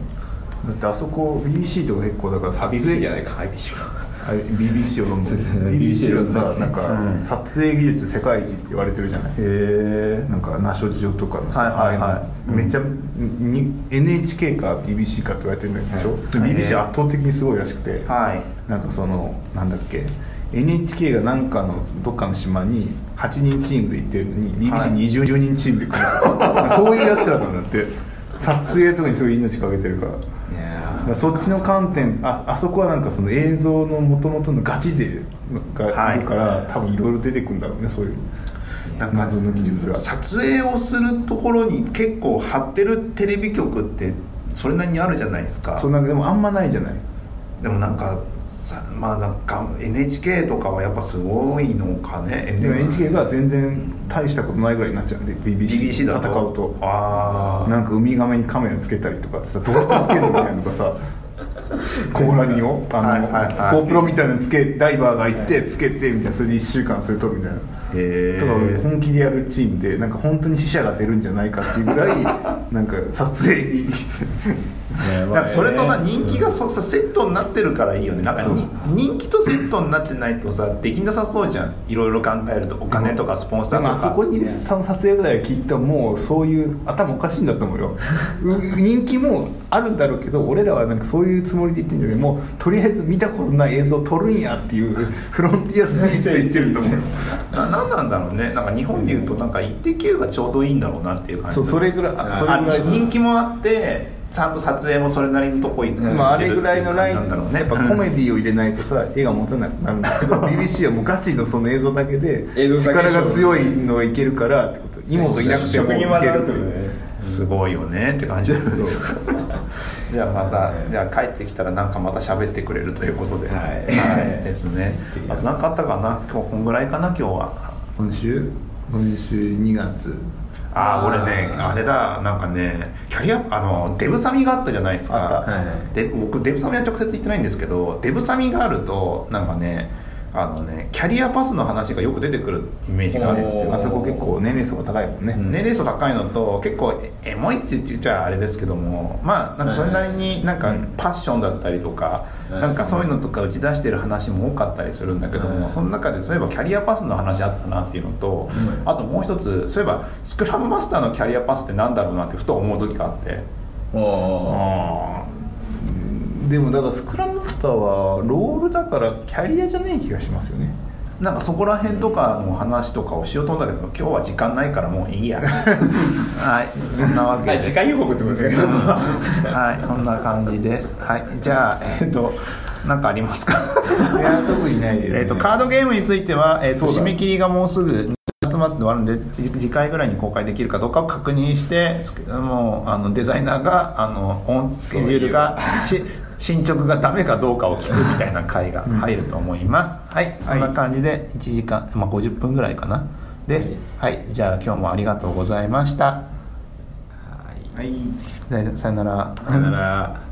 Speaker 2: だってあそこ BBC とか結構だから撮影
Speaker 3: BBC じゃないか BBC か
Speaker 2: あ BBC をロンドン
Speaker 3: そうですね
Speaker 2: BBC は
Speaker 3: BBC
Speaker 2: さ
Speaker 3: を
Speaker 2: なん
Speaker 1: う
Speaker 2: か
Speaker 1: ん
Speaker 2: 撮影技術世界一って言われてるじゃない
Speaker 1: へえ
Speaker 2: なんかナショジオとかの
Speaker 1: はいはいはい
Speaker 2: ああうのめっちゃに NHK か BBC かって言われてるんだけど、でしょ
Speaker 1: はい
Speaker 2: BBC 圧倒的にすごいらしくて、
Speaker 1: はい
Speaker 2: なんかそのなんだっけ NHK がなんかのどっかの島に8人チームで行ってるのに
Speaker 1: はい
Speaker 2: BBC20 人チームで来る、 そういうやつらなんだって撮影とかにすごい命かけてるから
Speaker 3: い
Speaker 2: だ
Speaker 3: や
Speaker 2: からそっちの観点ああそこはなんかその映像のもともとのガチ勢がいるから、
Speaker 1: はい
Speaker 2: 多分いろいろ出てくるんだろうねそういう
Speaker 1: なんか
Speaker 2: 謎の技術が
Speaker 1: 撮影をするところに結構張ってるテレビ局ってそれなりにあるじゃないですか
Speaker 2: そうなんかでもあんまないじゃない
Speaker 1: でもなんかさまあなんか NHK とかはやっぱすごいのかね
Speaker 2: でも NHK が全然大したことないぐらいになっちゃうんで BBC
Speaker 1: BBC
Speaker 2: 戦
Speaker 1: だ
Speaker 2: う
Speaker 1: と
Speaker 2: と
Speaker 1: ああ
Speaker 2: なんかウミガメにカメラつけたりとかってさどうやってつけるのみたいなのと かさ甲羅にをあの、
Speaker 1: はいはいはい
Speaker 2: GoPro みたいなのつけダイバーが行ってつけてみたいなそれで1週間それ撮るみたいな。
Speaker 1: へ
Speaker 2: とか
Speaker 1: え
Speaker 2: 本気でやるチームでなんか本当に死者が出るんじゃないかっていうぐらいなんか撮影に
Speaker 3: ー
Speaker 1: なんかそれとさ人気がそさセットになってるからいいよねなんかに人気とセットになってないとさできなさそうじゃんいろいろ考えるとお金とかスポンサ
Speaker 2: で
Speaker 1: ーと
Speaker 2: も
Speaker 1: か
Speaker 2: あそこにいるその撮影ぐらいはきっともうそういう頭おかしいんだと思うよう人気もあるんだろうけど俺らはなんかそういうつもりで言ってんじゃないもうとりあえず見たことない映像撮るんやっていうフロンティアスピースで言ってると思う
Speaker 1: ななんなんだろうねなんか日本でいうとなんか一滴がちょうどいいんだろうなっていう感じ
Speaker 2: そうそれぐらい
Speaker 3: あ
Speaker 2: それぐらい
Speaker 1: あ人気もあってちゃんと撮影もそれなりのとこ行ってるっていう
Speaker 2: まあ、あれぐらいのライン
Speaker 1: なんだろうね
Speaker 2: やっぱコメディを入れないとさ絵が持たなくなるんだけど BBC はもうガチのその映像だけで
Speaker 3: 映像だけで
Speaker 2: 力が強いのはいけるからってこと妹いなくてもい
Speaker 3: 職
Speaker 2: け
Speaker 3: 人技だ
Speaker 2: る
Speaker 3: っ
Speaker 2: ってて
Speaker 3: こ
Speaker 2: い
Speaker 3: と
Speaker 2: う
Speaker 3: ね
Speaker 1: すごいよねって感じだよねじゃあまた、
Speaker 3: はい
Speaker 1: じゃあ帰ってきたらなんかまた喋ってくれるということで、
Speaker 3: はい
Speaker 1: ですねあと何かあったかな今日こんぐらいかな今日は
Speaker 2: 今週今週2月
Speaker 1: ああ
Speaker 3: あ
Speaker 1: 俺
Speaker 3: ー
Speaker 1: ねあれだなんかねキャリアあのデブサミがあったじゃないです
Speaker 2: あ
Speaker 1: か
Speaker 2: った
Speaker 3: はいはい
Speaker 1: で僕デブサミは直接行ってないんですけどデブサミがあるとなんかねあのねキャリアパスの話がよく出てくるイメージがあるんですよ
Speaker 3: おー
Speaker 2: あそこ結構年齢層が高いもんね、
Speaker 1: 年齢層高いのと結構エエモいって言っちゃあれですけどもまあなんかそれなりになんか
Speaker 2: うん
Speaker 1: パッションだったりとか、
Speaker 3: うん
Speaker 1: なんかそういうのとか打ち出してる話も多かったりするんだけども、
Speaker 3: うん
Speaker 1: その中でそういえばキャリアパスの話あったなっていうのと、あともう一つそういえばスクラムマスターのキャリアパスってなんだろうなってふと思う時があって
Speaker 3: おお
Speaker 1: あ
Speaker 2: でもだからスクラムマスターはロールだからキャリアじゃない気がしますよね
Speaker 1: なんかそこら辺とかの話とかをしようと思ったけど今日は時間ないからもう いいやはいそんなわけ
Speaker 3: あ
Speaker 1: で
Speaker 3: 次回予告ってことですか
Speaker 1: はい、そんな感じです。はい、じゃあ、えっ、と、なんかありますか。
Speaker 2: いや特にないです、ね、
Speaker 1: えっと、カードゲームについては、えっ、と、
Speaker 2: そうだ
Speaker 1: 締め切りがもうすぐ。2月末で終わるんで次次回ぐらいに公開できるかどうかを確認してすもうあのデザイナーがあのオンスケジュールがし進捗がダメかどうかを聞くみたいな回が入ると思います、はいそんな感じで1時間、まあ、50分ぐらいかなですはいじゃあ今日もありがとうございました
Speaker 3: はい
Speaker 2: はい
Speaker 1: さよなら
Speaker 3: さよなら